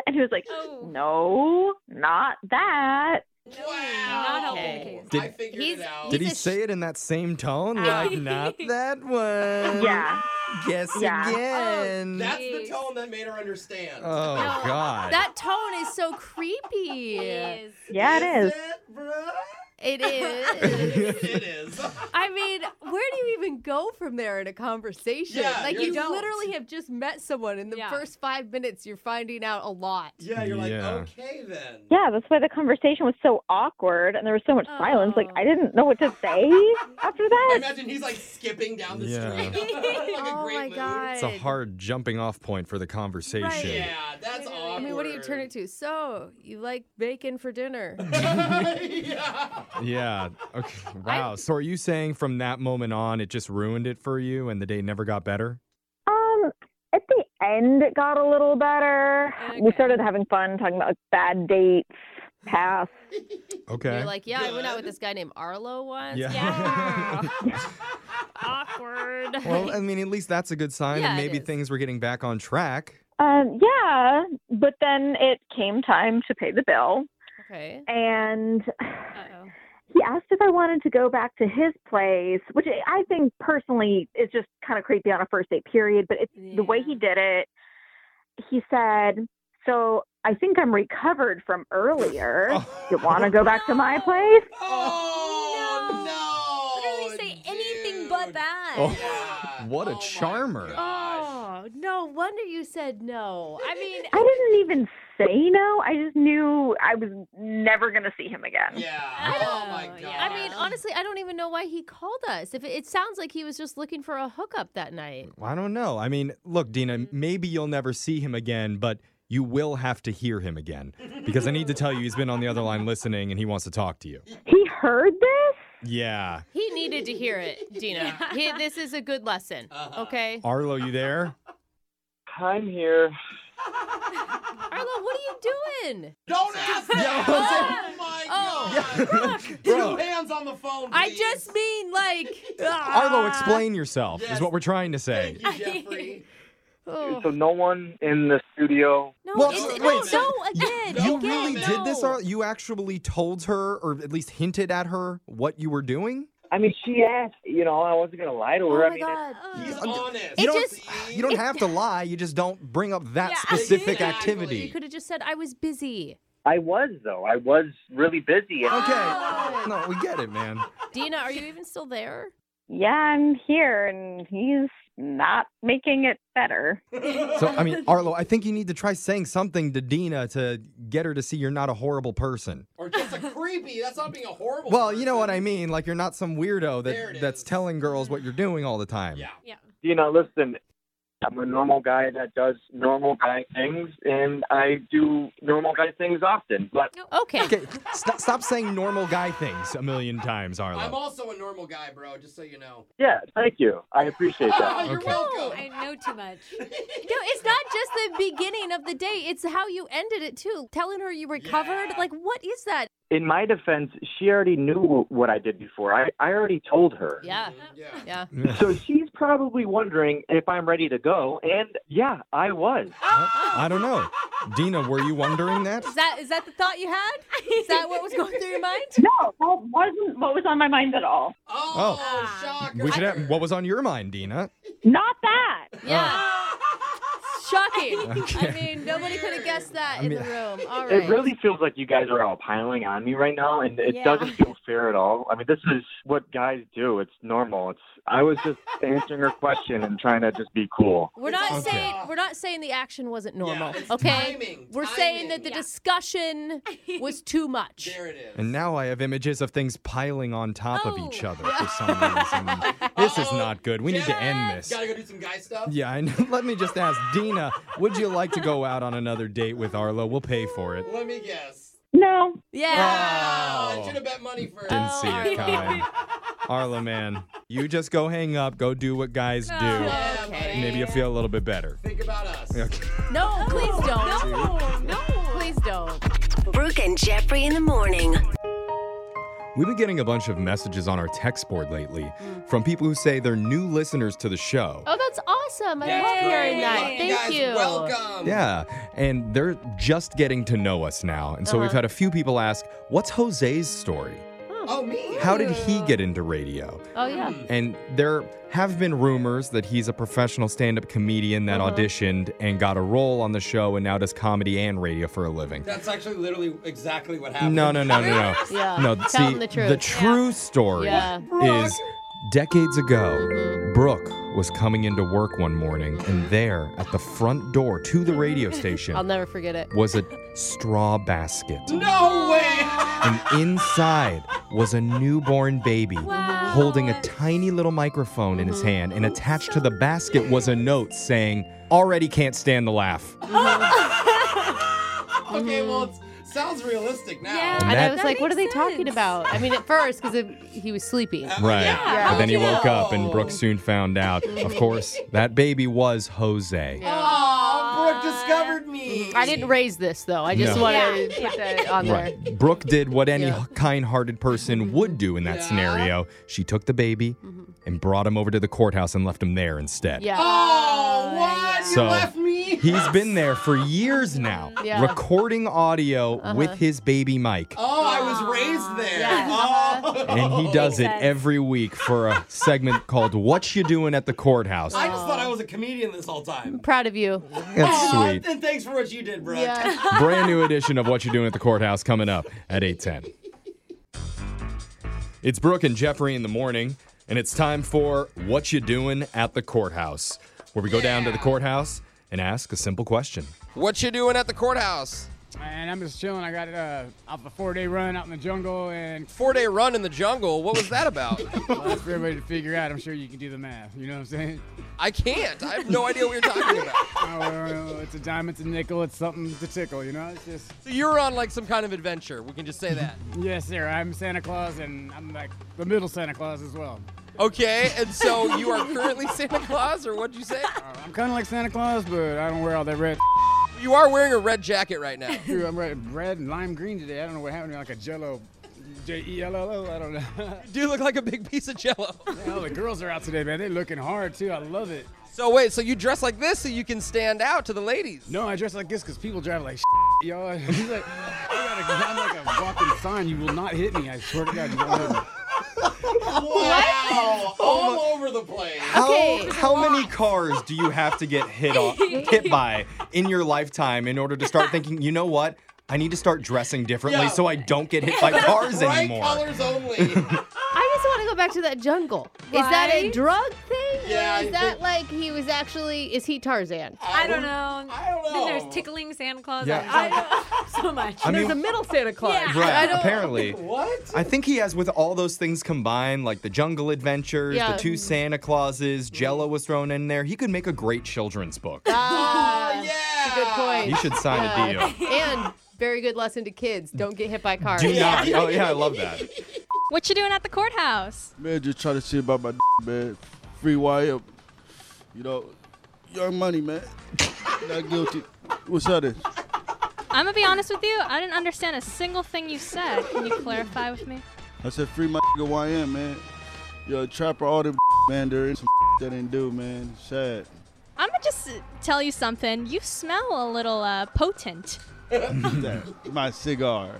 Speaker 8: And he was like, no, not that.
Speaker 19: Not helping the case.
Speaker 2: Did,
Speaker 4: He's,
Speaker 2: did he
Speaker 4: he's a
Speaker 2: say it in that same tone? Like, not that one.
Speaker 8: Yeah.
Speaker 2: Guess
Speaker 4: Oh,
Speaker 8: Yeah.
Speaker 2: again.
Speaker 3: That's the tone that made her understand.
Speaker 2: Oh, God.
Speaker 4: That tone is so creepy. It is.
Speaker 8: Yeah, it is.
Speaker 4: It is. I mean, where do you even go from there in a conversation?
Speaker 3: Yeah,
Speaker 4: like
Speaker 3: you're-
Speaker 4: you
Speaker 3: You don't.
Speaker 4: literally have just met someone in the first 5 minutes you're finding out a lot.
Speaker 3: Yeah, you're like, oh,
Speaker 2: Yeah.
Speaker 3: okay then.
Speaker 8: Yeah, that's why the conversation was so awkward and there was so much silence. Like, I didn't know what to say after that.
Speaker 3: Imagine he's like skipping down the
Speaker 2: Yeah.
Speaker 3: street. like a
Speaker 4: oh
Speaker 3: great
Speaker 4: my
Speaker 3: mood.
Speaker 4: god.
Speaker 2: It's a hard jumping off point for the conversation.
Speaker 3: Yeah, that's
Speaker 4: I
Speaker 3: awkward.
Speaker 4: mean, what do you turn it to? So, you like bacon for dinner?
Speaker 3: yeah.
Speaker 2: Yeah. Okay. Wow. so are you saying from that moment on it just ruined it for you and the day never got better?
Speaker 8: Um, at the end, it got a little better. We started having fun talking about like, bad dates, past.
Speaker 2: Okay.
Speaker 4: You're like, yeah, I went out with this guy named Arlo once.
Speaker 2: Yeah.
Speaker 4: Awkward.
Speaker 2: well, I mean, at least that's a good sign
Speaker 4: Yeah,
Speaker 2: that
Speaker 4: it
Speaker 2: maybe
Speaker 4: is.
Speaker 2: things were getting back on track.
Speaker 8: Um, yeah, but then it came time to pay the bill,
Speaker 4: okay.
Speaker 8: and he asked if I wanted to go back to his place, which I think personally is just kind of creepy on a first date, period. But it's the way he did it. He said, "So I think I'm recovered from earlier. You want to go back to my place?"
Speaker 3: Oh,
Speaker 4: Oh,
Speaker 19: Literally say anything but that.
Speaker 2: Oh, what a charmer.
Speaker 4: Oh, no wonder you said no. I mean,
Speaker 8: I didn't even say no. I just knew I was never going to see him again.
Speaker 3: Yeah. Oh my god.
Speaker 4: I mean, honestly, I don't even know why he called us. If it, it sounds like he was just looking for a hookup that night.
Speaker 2: Well, I don't know. I mean, look, Dina, maybe you'll never see him again, but you will have to hear him again because I need to tell you he's been on the other line listening and he wants to talk to you.
Speaker 8: He heard this?
Speaker 2: Yeah.
Speaker 4: He needed to hear it, Dina. He, this is a good lesson.
Speaker 3: Uh-huh.
Speaker 4: Okay.
Speaker 2: Arlo, you there?
Speaker 17: I'm here.
Speaker 4: Arlo, what are you doing?
Speaker 3: Don't ask
Speaker 2: Yeah,
Speaker 3: that.
Speaker 2: what's
Speaker 3: oh my god.
Speaker 2: Bro.
Speaker 3: Two hands on the phone.
Speaker 4: I
Speaker 3: please.
Speaker 4: just mean like.
Speaker 2: Arlo, explain yourself, is what we're trying to say.
Speaker 3: Thank you, Jeffrey.
Speaker 17: So no one in the studio.
Speaker 4: No,
Speaker 2: Well,
Speaker 4: it's,
Speaker 2: wait,
Speaker 4: oh. no,
Speaker 2: so
Speaker 4: no, again.
Speaker 2: You
Speaker 4: again,
Speaker 2: really
Speaker 4: no.
Speaker 2: did this, Arlo? You actually told her, or at least hinted at her, what you were doing?
Speaker 17: I mean, she asked. You know, I wasn't gonna lie to her.
Speaker 4: Oh my
Speaker 17: I mean, it-
Speaker 4: god.
Speaker 3: He's
Speaker 2: I'm-
Speaker 3: honest.
Speaker 4: It
Speaker 2: You don't,
Speaker 4: just-
Speaker 2: you don't have to lie. You just don't bring up that
Speaker 4: Yeah,
Speaker 2: specific
Speaker 4: exactly. You
Speaker 2: activity.
Speaker 4: could have just said I was busy.
Speaker 17: I was though. I was really busy. And
Speaker 2: Okay. No, we get it, man.
Speaker 4: Oh. Dina, are you even still there?
Speaker 8: Yeah, I'm here and he's not making it better.
Speaker 2: So, I mean, Arlo, I think you need to try saying something to Dina to get her to see you're not a horrible person.
Speaker 3: Or just a creepy. That's not being a horrible.
Speaker 2: Well, you know what I
Speaker 3: person.
Speaker 2: mean. Like, you're not some weirdo
Speaker 3: There it
Speaker 2: that that's
Speaker 3: is.
Speaker 2: telling girls what you're doing all the time.
Speaker 3: Yeah.
Speaker 17: you know, listen. I'm a normal guy that does normal guy things, and I do normal guy things often. But
Speaker 4: Okay.
Speaker 2: Okay, st- stop saying normal guy things a million times,
Speaker 3: I'm
Speaker 2: Arlo.
Speaker 3: also a normal guy, bro. Just so you know.
Speaker 17: yeah, thank you. I appreciate
Speaker 3: Oh,
Speaker 17: that.
Speaker 3: you're
Speaker 2: Okay.
Speaker 3: welcome.
Speaker 19: I know too much.
Speaker 4: No, it's not just the beginning of the date. It's how you ended it too. Telling her you recovered. Like, what is that?
Speaker 17: In my defense, she already knew what I did before. I, I already told her.
Speaker 4: Yeah.
Speaker 3: Mm, Yeah.
Speaker 4: Yeah.
Speaker 17: So she's probably wondering if I'm ready to go, and yeah, I was.
Speaker 2: I don't know. Dina, were you wondering that?
Speaker 4: Is that is that the thought you had? Is that what was going through your mind?
Speaker 8: No, that wasn't what was on my mind at all.
Speaker 3: Oh,
Speaker 2: Oh.
Speaker 3: shocker.
Speaker 2: We should have. What was on your mind, Dina?
Speaker 8: Not that.
Speaker 4: Yeah. Shocking. I
Speaker 2: Okay.
Speaker 4: mean, nobody could have guessed that in the room. All right.
Speaker 17: It really feels like you guys are all piling on me right now, and it
Speaker 4: Yeah.
Speaker 17: doesn't feel fair at all. I mean, this is what guys do. It's normal. It's I was just answering her question and trying to just be cool.
Speaker 4: We're not
Speaker 17: Okay.
Speaker 4: saying we're not saying the action wasn't normal. okay. we're saying that the discussion was too much. There
Speaker 3: it is.
Speaker 2: And now I have images of things piling on top of
Speaker 3: Oh.
Speaker 2: each other for some reason. this is not good. We need to end this.
Speaker 3: Gotta go do some guy stuff.
Speaker 2: Yeah, I know. let me just ask Dina, would you like to go out on another date with Arlo? We'll pay for it.
Speaker 3: Let me guess.
Speaker 20: No.
Speaker 3: Ah, I
Speaker 2: Oh.
Speaker 3: should have bet money first.
Speaker 2: Didn't see it coming. Arlo, man, you just go hang up, go do what guys do.
Speaker 4: Yeah, buddy.
Speaker 2: Maybe you'll feel a little bit better.
Speaker 3: Think about us.
Speaker 2: Okay.
Speaker 4: No, please don't.
Speaker 7: No,
Speaker 4: no. Please don't.
Speaker 7: Brooke and Jeffrey in the morning.
Speaker 2: We've been getting a bunch of messages on our text board lately from people who say they're new listeners to the show.
Speaker 4: Oh, that's awesome. I love hearing that. Thank
Speaker 3: guys.
Speaker 4: you.
Speaker 19: Um.
Speaker 3: Welcome.
Speaker 2: Yeah, and they're just getting to know us now. And so we've
Speaker 4: Uh-huh.
Speaker 2: had a few people ask, What's Jose's story?
Speaker 3: Oh, me. Hmm.
Speaker 2: How did he get into radio?
Speaker 4: Oh yeah.
Speaker 2: And there have been rumors that he's a professional stand up comedian that
Speaker 3: Uh-huh.
Speaker 2: auditioned and got a role on the show and now does comedy and radio for a living.
Speaker 3: That's actually literally exactly what happened.
Speaker 2: No, no, no, no, no.
Speaker 3: Yeah.
Speaker 2: No,
Speaker 3: Tell
Speaker 2: see,
Speaker 3: them the truth.
Speaker 2: the true story
Speaker 3: Yeah. Mm-hmm.
Speaker 2: is decades ago, Brooke was coming into work one morning, and there at the front door to the radio station
Speaker 4: I'll never forget it.
Speaker 2: was a straw basket.
Speaker 3: Mm. No way.
Speaker 2: And inside was a newborn baby holding a tiny little microphone in his hand, and attached to the basket was a note saying, Already can't stand the laugh.
Speaker 3: okay, well, it sounds realistic now.
Speaker 4: Yeah,
Speaker 2: And
Speaker 4: and I
Speaker 2: that-
Speaker 4: was like, what are they talking about? I mean, at first, because he was sleepy.
Speaker 3: Uh,
Speaker 2: Right.
Speaker 4: Yeah. Oh.
Speaker 2: But then he woke up, and Brooke soon found out. Of course, that baby was Jose.
Speaker 3: Oh, Brooke discovered me.
Speaker 4: I didn't raise this, though. I just
Speaker 2: No.
Speaker 4: want
Speaker 2: Yeah.
Speaker 4: to put that on there.
Speaker 2: Right. Brooke did what any kind hearted person would do in that scenario. She took the baby and brought him over to the courthouse and left him there instead.
Speaker 4: Mm-hmm. Yeah.
Speaker 3: Oh, what?
Speaker 2: So,
Speaker 3: you left me?
Speaker 2: He's been there for years now,
Speaker 3: Yeah.
Speaker 2: recording audio with his baby mic.
Speaker 3: Oh, I
Speaker 4: Ah,
Speaker 3: was raised there. Oh.
Speaker 2: And he does it every week for a segment called What You Doing at the Courthouse.
Speaker 3: I just thought I was a comedian this whole time.
Speaker 4: Proud of you.
Speaker 2: That's
Speaker 3: Aw,
Speaker 2: sweet.
Speaker 3: And thanks for what you did, Brooke.
Speaker 2: Brand new edition of What You Doing at the Courthouse coming up at 810. It's Brooke and Jeffrey in the morning, and it's time for What You Doing at the Courthouse, where we go down to the courthouse and ask a simple question.
Speaker 3: What you doing at the courthouse?
Speaker 21: And I'm just chilling. I got uh, off a four-day run out in the jungle, and
Speaker 3: Four-day run in the jungle. What was that about?
Speaker 21: well, that's for everybody to figure out. I'm sure you can do the math. You know what I'm saying?
Speaker 3: I can't. I have no idea what you're talking about.
Speaker 21: Oh, well, well, it's a dime, it's a nickel, it's something to tickle. You know, it's just
Speaker 3: So you're on like some kind of adventure. We can just say that.
Speaker 21: yes, sir. I'm Santa Claus, and I'm like the middle Santa Claus as well.
Speaker 3: Okay, and so you are currently Santa Claus, or what'd you say?
Speaker 21: I'm kind of like Santa Claus, but I don't wear all that red.
Speaker 3: You are wearing a red jacket right now.
Speaker 21: Dude, I'm red, red and lime green today. I don't know what happened. to me, Like a Jello, J E L L O. I don't know. you
Speaker 3: do look like a big piece of Jello.
Speaker 21: Hell, Oh, the girls are out today, man. They're looking hard too. I love it.
Speaker 3: So wait, so you dress like this so you can stand out to the ladies?
Speaker 21: No, I dress like this because people drive like y'all. He's like, I gotta, I'm like a walking sign. You will not hit me. I swear to God, you won't hit me.
Speaker 3: Wow, all over the place.
Speaker 2: How, how many cars do you have to get hit, off, hit by in your lifetime in order to start thinking, you know what? I need to start dressing differently
Speaker 4: Yeah.
Speaker 2: so I don't get hit by cars
Speaker 4: Bright
Speaker 2: anymore.
Speaker 4: colors I just want to go back to that jungle. Is that a
Speaker 5: Right?
Speaker 4: drug thing?
Speaker 5: Yeah,
Speaker 4: Or
Speaker 5: I
Speaker 4: is that
Speaker 5: think-
Speaker 4: like he was actually, is he Tarzan?
Speaker 5: I don't know.
Speaker 3: I don't
Speaker 5: Then there's tickling Santa Claus.
Speaker 2: Yeah.
Speaker 5: I don't know so much.
Speaker 2: I mean- There's a
Speaker 4: middle Santa Claus.
Speaker 2: Right, apparently.
Speaker 3: What?
Speaker 2: I think he has with all those things combined, like the jungle adventures,
Speaker 4: Yeah.
Speaker 2: the two Santa Clauses, Jello was thrown in there. He could make a great children's book.
Speaker 4: Ah, yeah. That's a good point.
Speaker 2: You should sign a
Speaker 4: deal. And very good lesson to kids. Don't get hit by cars.
Speaker 2: Do not. Oh yeah, I love that.
Speaker 5: What you doing at the courthouse?
Speaker 22: Man, just trying to see about my man. Free wire. You know, young money, man. Not guilty. What's up, then?
Speaker 19: I'm gonna be honest with you. I didn't understand a single thing you said. Can you clarify with me?
Speaker 22: I said, free my YM, man. Yo, trapper, all the man, there is some that ain't do, man. Sad.
Speaker 19: I'm gonna just uh, tell you something. You smell a little uh, potent.
Speaker 22: That- my cigar.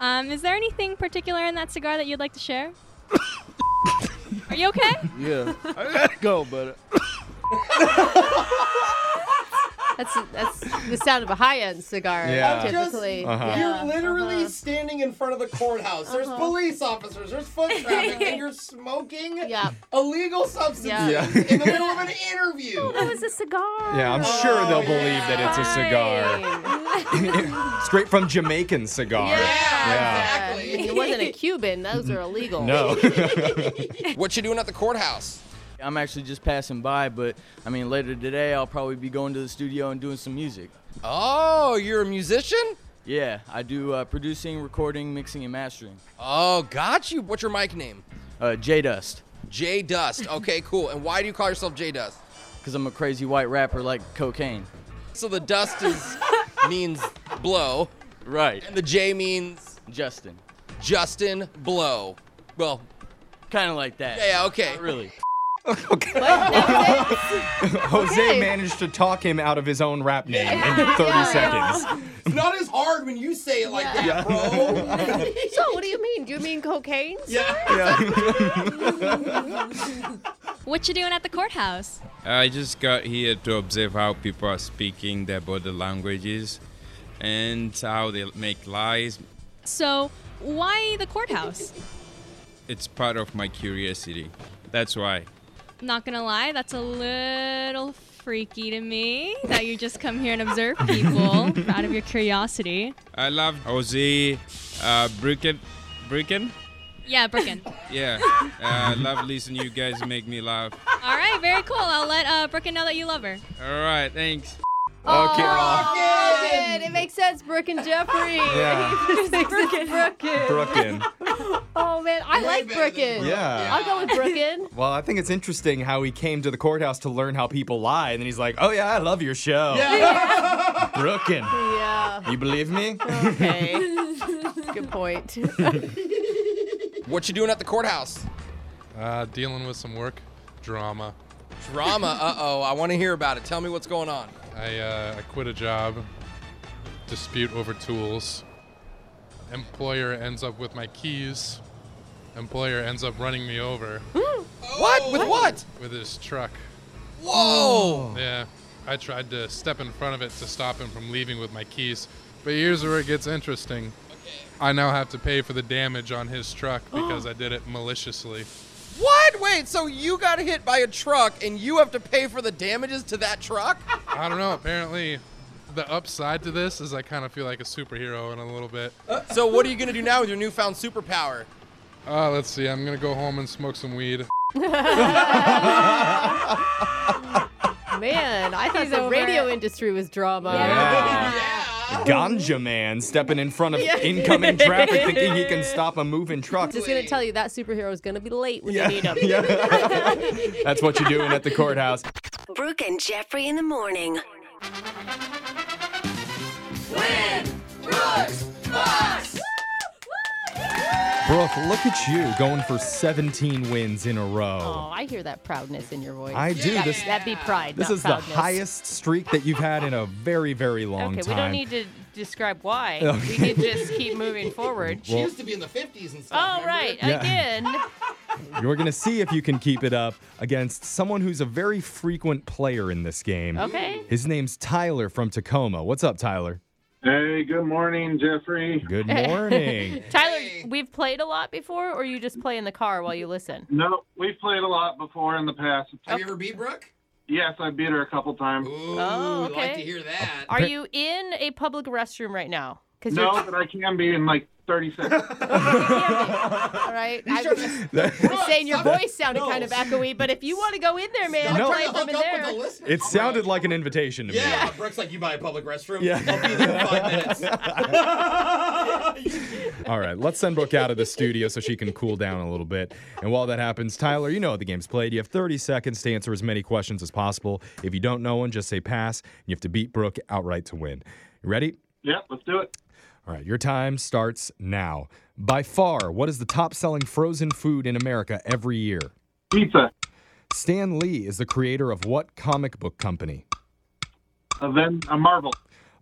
Speaker 19: Um, is there anything particular in that cigar that you'd like to share? Are you okay?
Speaker 22: Yeah. I gotta go, but
Speaker 4: That's that's the sound of a high-end cigar.
Speaker 2: Yeah.
Speaker 3: I'm just-
Speaker 4: Typically,
Speaker 2: Uh-huh.
Speaker 4: Yeah.
Speaker 3: You're literally standing in front of the courthouse. There's
Speaker 4: Uh-huh.
Speaker 3: police officers. There's foot traffic, and you're smoking illegal substances
Speaker 2: Yeah.
Speaker 3: in the middle of an interview. Oh,
Speaker 4: that was a cigar.
Speaker 2: Yeah, I'm sure they'll believe that it's a cigar. Straight from Jamaican cigar. Yeah.
Speaker 4: It wasn't a Cuban. Those are illegal.
Speaker 2: No.
Speaker 1: what you doing at the courthouse? I'm actually just passing by, but I mean later today I'll probably be going to the studio and doing some music. Oh, you're a musician? Yeah, I do uh, producing, recording, mixing, and mastering.
Speaker 3: Oh, got you. What's your mic name?
Speaker 1: Uh, J Dust,
Speaker 3: J Dust. Okay, cool. And why do you call yourself J Dust?
Speaker 1: because I'm a crazy white rapper like cocaine.
Speaker 3: So the dust is means blow,
Speaker 1: Right.
Speaker 3: and the J means
Speaker 1: Justin.
Speaker 3: Justin Blow. Well,
Speaker 1: kind of like that.
Speaker 3: Yeah, yeah, okay.
Speaker 1: Not really.
Speaker 2: Jose managed to talk him out of his own rap name in 30 seconds.
Speaker 3: It's not as hard when you say it like that, bro.
Speaker 4: so what do you mean? Do you mean cocaine? Yeah.
Speaker 19: What you doing at the courthouse?
Speaker 23: I just got here to observe how people are speaking their body languages and how they make lies.
Speaker 19: So, why the courthouse?
Speaker 23: It's part of my curiosity. That's why.
Speaker 19: Not gonna lie, that's a little freaky to me that you just come here and observe people out of your curiosity.
Speaker 23: I love Jose uh, Bricken. Bricken?
Speaker 19: Yeah, Bricken.
Speaker 23: Yeah. Uh, I love listening. You guys make me laugh.
Speaker 19: All right, very cool. I'll let uh, Bricken know that you love her.
Speaker 23: All right, thanks.
Speaker 4: Oh, Brooklyn! Oh, It makes sense, Brooke and Jeffrey.
Speaker 23: Yeah.
Speaker 4: This is Brooklyn.
Speaker 2: Brooklyn.
Speaker 4: Oh man, I like Brooklyn.
Speaker 2: Brooklyn. Yeah.
Speaker 4: I'll go with Brooklyn.
Speaker 2: Well, I think it's interesting how he came to the courthouse to learn how people lie, and then he's like, oh, yeah, I love your show. Brooklyn.
Speaker 4: yeah.
Speaker 2: You believe me?
Speaker 4: Good point.
Speaker 3: what you doing at the courthouse?
Speaker 24: Uh, dealing with some work drama.
Speaker 3: Drama. Uh oh. I want to hear about it. Tell me what's going on.
Speaker 24: I uh, I quit a job. Dispute over tools. Employer ends up with my keys. Employer ends up running me over.
Speaker 3: Hmm. What? With what?
Speaker 24: With his truck.
Speaker 3: Whoa!
Speaker 24: Yeah. I tried to step in front of it to stop him from leaving with my keys. But here's where it gets interesting. I now have to pay for the damage on his truck because I did it maliciously.
Speaker 3: What? Wait. So you got hit by a truck and you have to pay for the damages to that truck?
Speaker 24: I don't know. Apparently, the upside to this is I kind of feel like a superhero in a little bit.
Speaker 3: So what are you gonna do now with your newfound superpower?
Speaker 24: Uh, let's see. I'm gonna go home and smoke some weed.
Speaker 4: Man, I thought
Speaker 18: He's
Speaker 4: the
Speaker 18: over
Speaker 4: radio industry was drama.
Speaker 2: Ganja man stepping in front of
Speaker 4: Yeah.
Speaker 2: incoming traffic thinking he can stop a moving truck.
Speaker 4: Just gonna tell you that superhero is gonna be late when
Speaker 2: Yeah.
Speaker 4: you need him.
Speaker 2: That's what you're doing at the courthouse.
Speaker 7: Brooke and Jeffrey in the morning.
Speaker 2: Brooke, look at you going for 17 wins in a
Speaker 4: Oh,
Speaker 2: row.
Speaker 4: I hear that proudness in your voice.
Speaker 2: I do.
Speaker 4: That,
Speaker 2: This-
Speaker 4: that'd be pride.
Speaker 2: this
Speaker 4: not
Speaker 2: is
Speaker 4: proudness.
Speaker 2: the highest streak that you've had in a very, very long
Speaker 18: okay,
Speaker 2: time.
Speaker 18: we don't need to describe why.
Speaker 2: Okay.
Speaker 18: we can just keep moving forward.
Speaker 2: She Well- used
Speaker 3: to be in the 50s and
Speaker 18: stuff. Oh, right.
Speaker 2: Yeah.
Speaker 18: Again.
Speaker 2: You're going to see if you can keep it up against someone who's a very frequent player in this game.
Speaker 18: Okay.
Speaker 2: His name's Tyler from Tacoma. What's up, Tyler?
Speaker 16: Hey, good morning, Jeffrey.
Speaker 2: Good morning.
Speaker 18: Tyler, we've played a lot before, or you just play in the car while you listen?
Speaker 16: no, we've played a lot before in the past.
Speaker 18: Have you ever
Speaker 3: beat Brooke?
Speaker 16: Yes, I beat her a couple times.
Speaker 18: Oh, okay.
Speaker 16: like
Speaker 3: to hear that.
Speaker 18: Are you in a public restroom right now?
Speaker 16: No,
Speaker 18: you're-
Speaker 16: but I can be in like 30 seconds.
Speaker 18: All right. I was saying your voice sounded kind of echoey, but if you want to go in there, man,
Speaker 2: Stop No.
Speaker 18: play
Speaker 2: trying to
Speaker 18: from in
Speaker 2: hook up
Speaker 18: there.
Speaker 2: It sounded like an invitation to me.
Speaker 3: Yeah. Brooke's like, you buy a public restroom.
Speaker 2: Yeah.
Speaker 3: I'll be there in five minutes.
Speaker 2: All right, let's send Brooke out of the studio so she can cool down a little bit. And while that happens, Tyler, you know how the game's played. You have 30 seconds to answer as many questions as possible. If you don't know one, just say pass. You have to beat Brooke outright to win. You ready?
Speaker 16: yeah, let's do it.
Speaker 2: All right, your time starts now. By far, what is the top selling frozen food in America every year?
Speaker 16: Pizza.
Speaker 2: Stan Lee is the creator of what comic book company?
Speaker 16: Uh, then a marvel.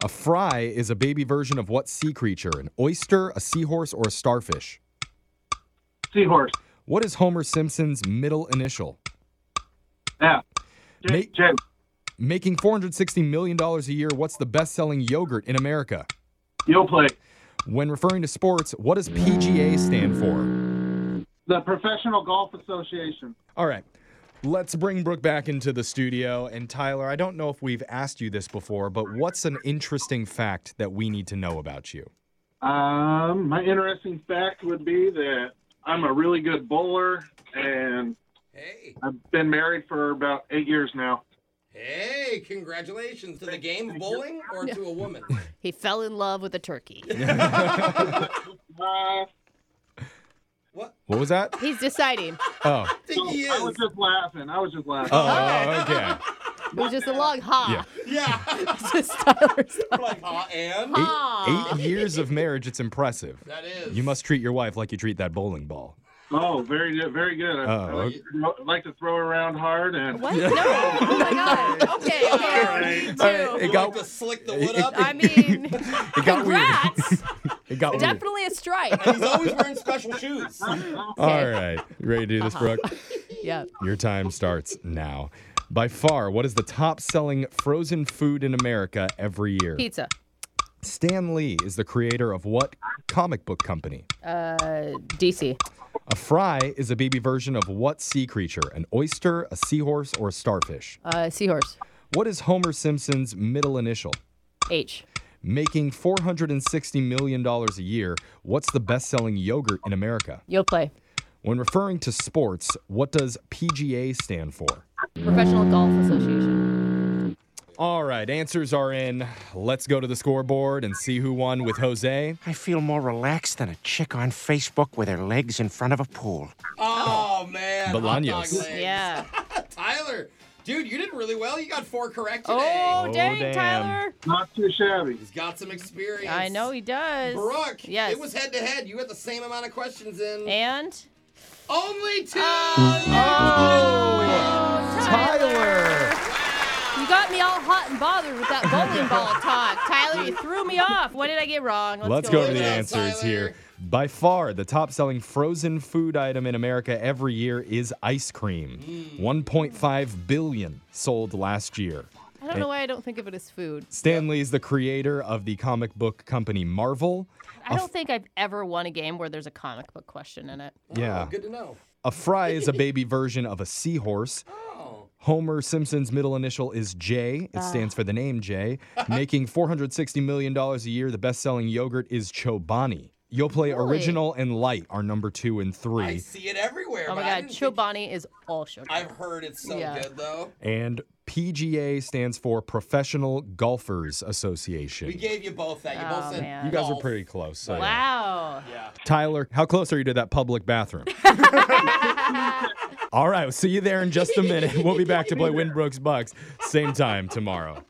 Speaker 2: A fry is a baby version of what sea creature? An oyster, a seahorse, or a starfish?
Speaker 16: Seahorse.
Speaker 2: What is Homer Simpson's middle initial?
Speaker 16: Yeah.
Speaker 2: J.
Speaker 16: J.
Speaker 2: Making $460 million a year, what's the best selling yogurt in America?
Speaker 16: You'll play.
Speaker 2: When referring to sports, what does PGA stand for?
Speaker 16: The Professional Golf Association.
Speaker 2: All right. Let's bring Brooke back into the studio. And Tyler, I don't know if we've asked you this before, but what's an interesting fact that we need to know about you?
Speaker 16: Um, my interesting fact would be that I'm a really good bowler, and I've been married for about eight years now.
Speaker 3: Hey, congratulations to the game of bowling or to a woman.
Speaker 18: He fell in love with a turkey.
Speaker 2: What was that?
Speaker 18: He's deciding.
Speaker 2: Oh.
Speaker 16: think he is. I was just laughing. I was just laughing.
Speaker 2: Oh, okay.
Speaker 18: It was just a long ha.
Speaker 3: Yeah.
Speaker 18: just Tyler's
Speaker 3: like, ha and?
Speaker 2: Eight, eight years of marriage, it's impressive.
Speaker 3: That is.
Speaker 2: You must treat your wife like you treat that bowling ball.
Speaker 16: Oh, very good. Very good. I, I like,
Speaker 2: Oh, okay.
Speaker 16: to throw- like to throw around hard and.
Speaker 18: What? No. Oh my God. Okay. okay.
Speaker 2: All right, it got,
Speaker 3: slick
Speaker 2: the wood up?
Speaker 18: I mean,
Speaker 2: it got weird. it got weird.
Speaker 18: definitely a strike.
Speaker 3: He's always wearing special shoes.
Speaker 2: All right. You ready to do this,
Speaker 18: Uh-huh.
Speaker 2: Brooke?
Speaker 18: Yeah.
Speaker 2: Your time starts now. By far, what is the top selling frozen food in America every year?
Speaker 18: Pizza.
Speaker 2: Stan Lee is the creator of what comic book company?
Speaker 18: Uh, DC.
Speaker 2: A fry is a baby version of what sea creature? An oyster, a seahorse, or a starfish?
Speaker 18: Uh, seahorse.
Speaker 2: What is Homer Simpson's middle initial?
Speaker 18: H.
Speaker 2: Making $460 million a year, what's the best selling yogurt in America?
Speaker 18: You'll play.
Speaker 2: When referring to sports, what does PGA stand for?
Speaker 18: Professional Golf Association.
Speaker 2: All right, answers are in. Let's go to the scoreboard and see who won with Jose.
Speaker 6: I feel more relaxed than a chick on Facebook with her legs in front of a pool.
Speaker 3: Oh, man. hot dog
Speaker 2: Bolaños.
Speaker 3: legs.
Speaker 18: Yeah.
Speaker 3: Tyler, dude, you did really well. You got four correct today.
Speaker 18: Oh, dang,
Speaker 2: damn.
Speaker 18: Tyler.
Speaker 16: Not too shabby.
Speaker 3: He's got some experience.
Speaker 18: I know he does.
Speaker 3: Brooke,
Speaker 18: Yes.
Speaker 3: it was head to head. You got the same amount of questions in.
Speaker 18: And? Uh,
Speaker 3: Only two. Oh,
Speaker 18: oh,
Speaker 2: Oh. Tyler.
Speaker 18: You got me all hot and bothered with that bowling ball talk. Tyler, you threw me off. What did I get wrong?
Speaker 2: Let's, go to the answers here. By far, the top selling frozen food item in America every year is ice cream. 1.5 billion sold last year.
Speaker 18: I don't know why I don't think of it as food.
Speaker 2: Stanley is the creator of the comic book company Marvel.
Speaker 18: I don't think I've ever won a game where there's a comic book question in it.
Speaker 2: Yeah.
Speaker 3: Oh, Good to know.
Speaker 2: A fry is a baby version of a seahorse.
Speaker 3: Oh.
Speaker 2: Homer Simpson's middle initial is J.
Speaker 18: Ah.
Speaker 2: It stands for the name J. Making $460 million a year, the best selling yogurt is Chobani. Yoplait
Speaker 18: Really?
Speaker 2: Original and Light are number two and
Speaker 3: I
Speaker 2: three.
Speaker 3: see it everywhere.
Speaker 18: Oh my
Speaker 3: but
Speaker 18: god,
Speaker 3: I didn't-
Speaker 18: Chobani is all sugar.
Speaker 3: I've heard it's so
Speaker 18: Yeah.
Speaker 3: good though.
Speaker 2: And PGA stands for Professional Golfers Association.
Speaker 3: We gave you both that. You both
Speaker 18: Oh,
Speaker 3: said
Speaker 18: man.
Speaker 2: you guys were
Speaker 3: golf.
Speaker 2: pretty close. So
Speaker 18: Wow.
Speaker 2: Tyler, how close are you to that public bathroom? All right, we'll see you there in just a minute. We'll be back to play Winbrook's Bucks same time tomorrow.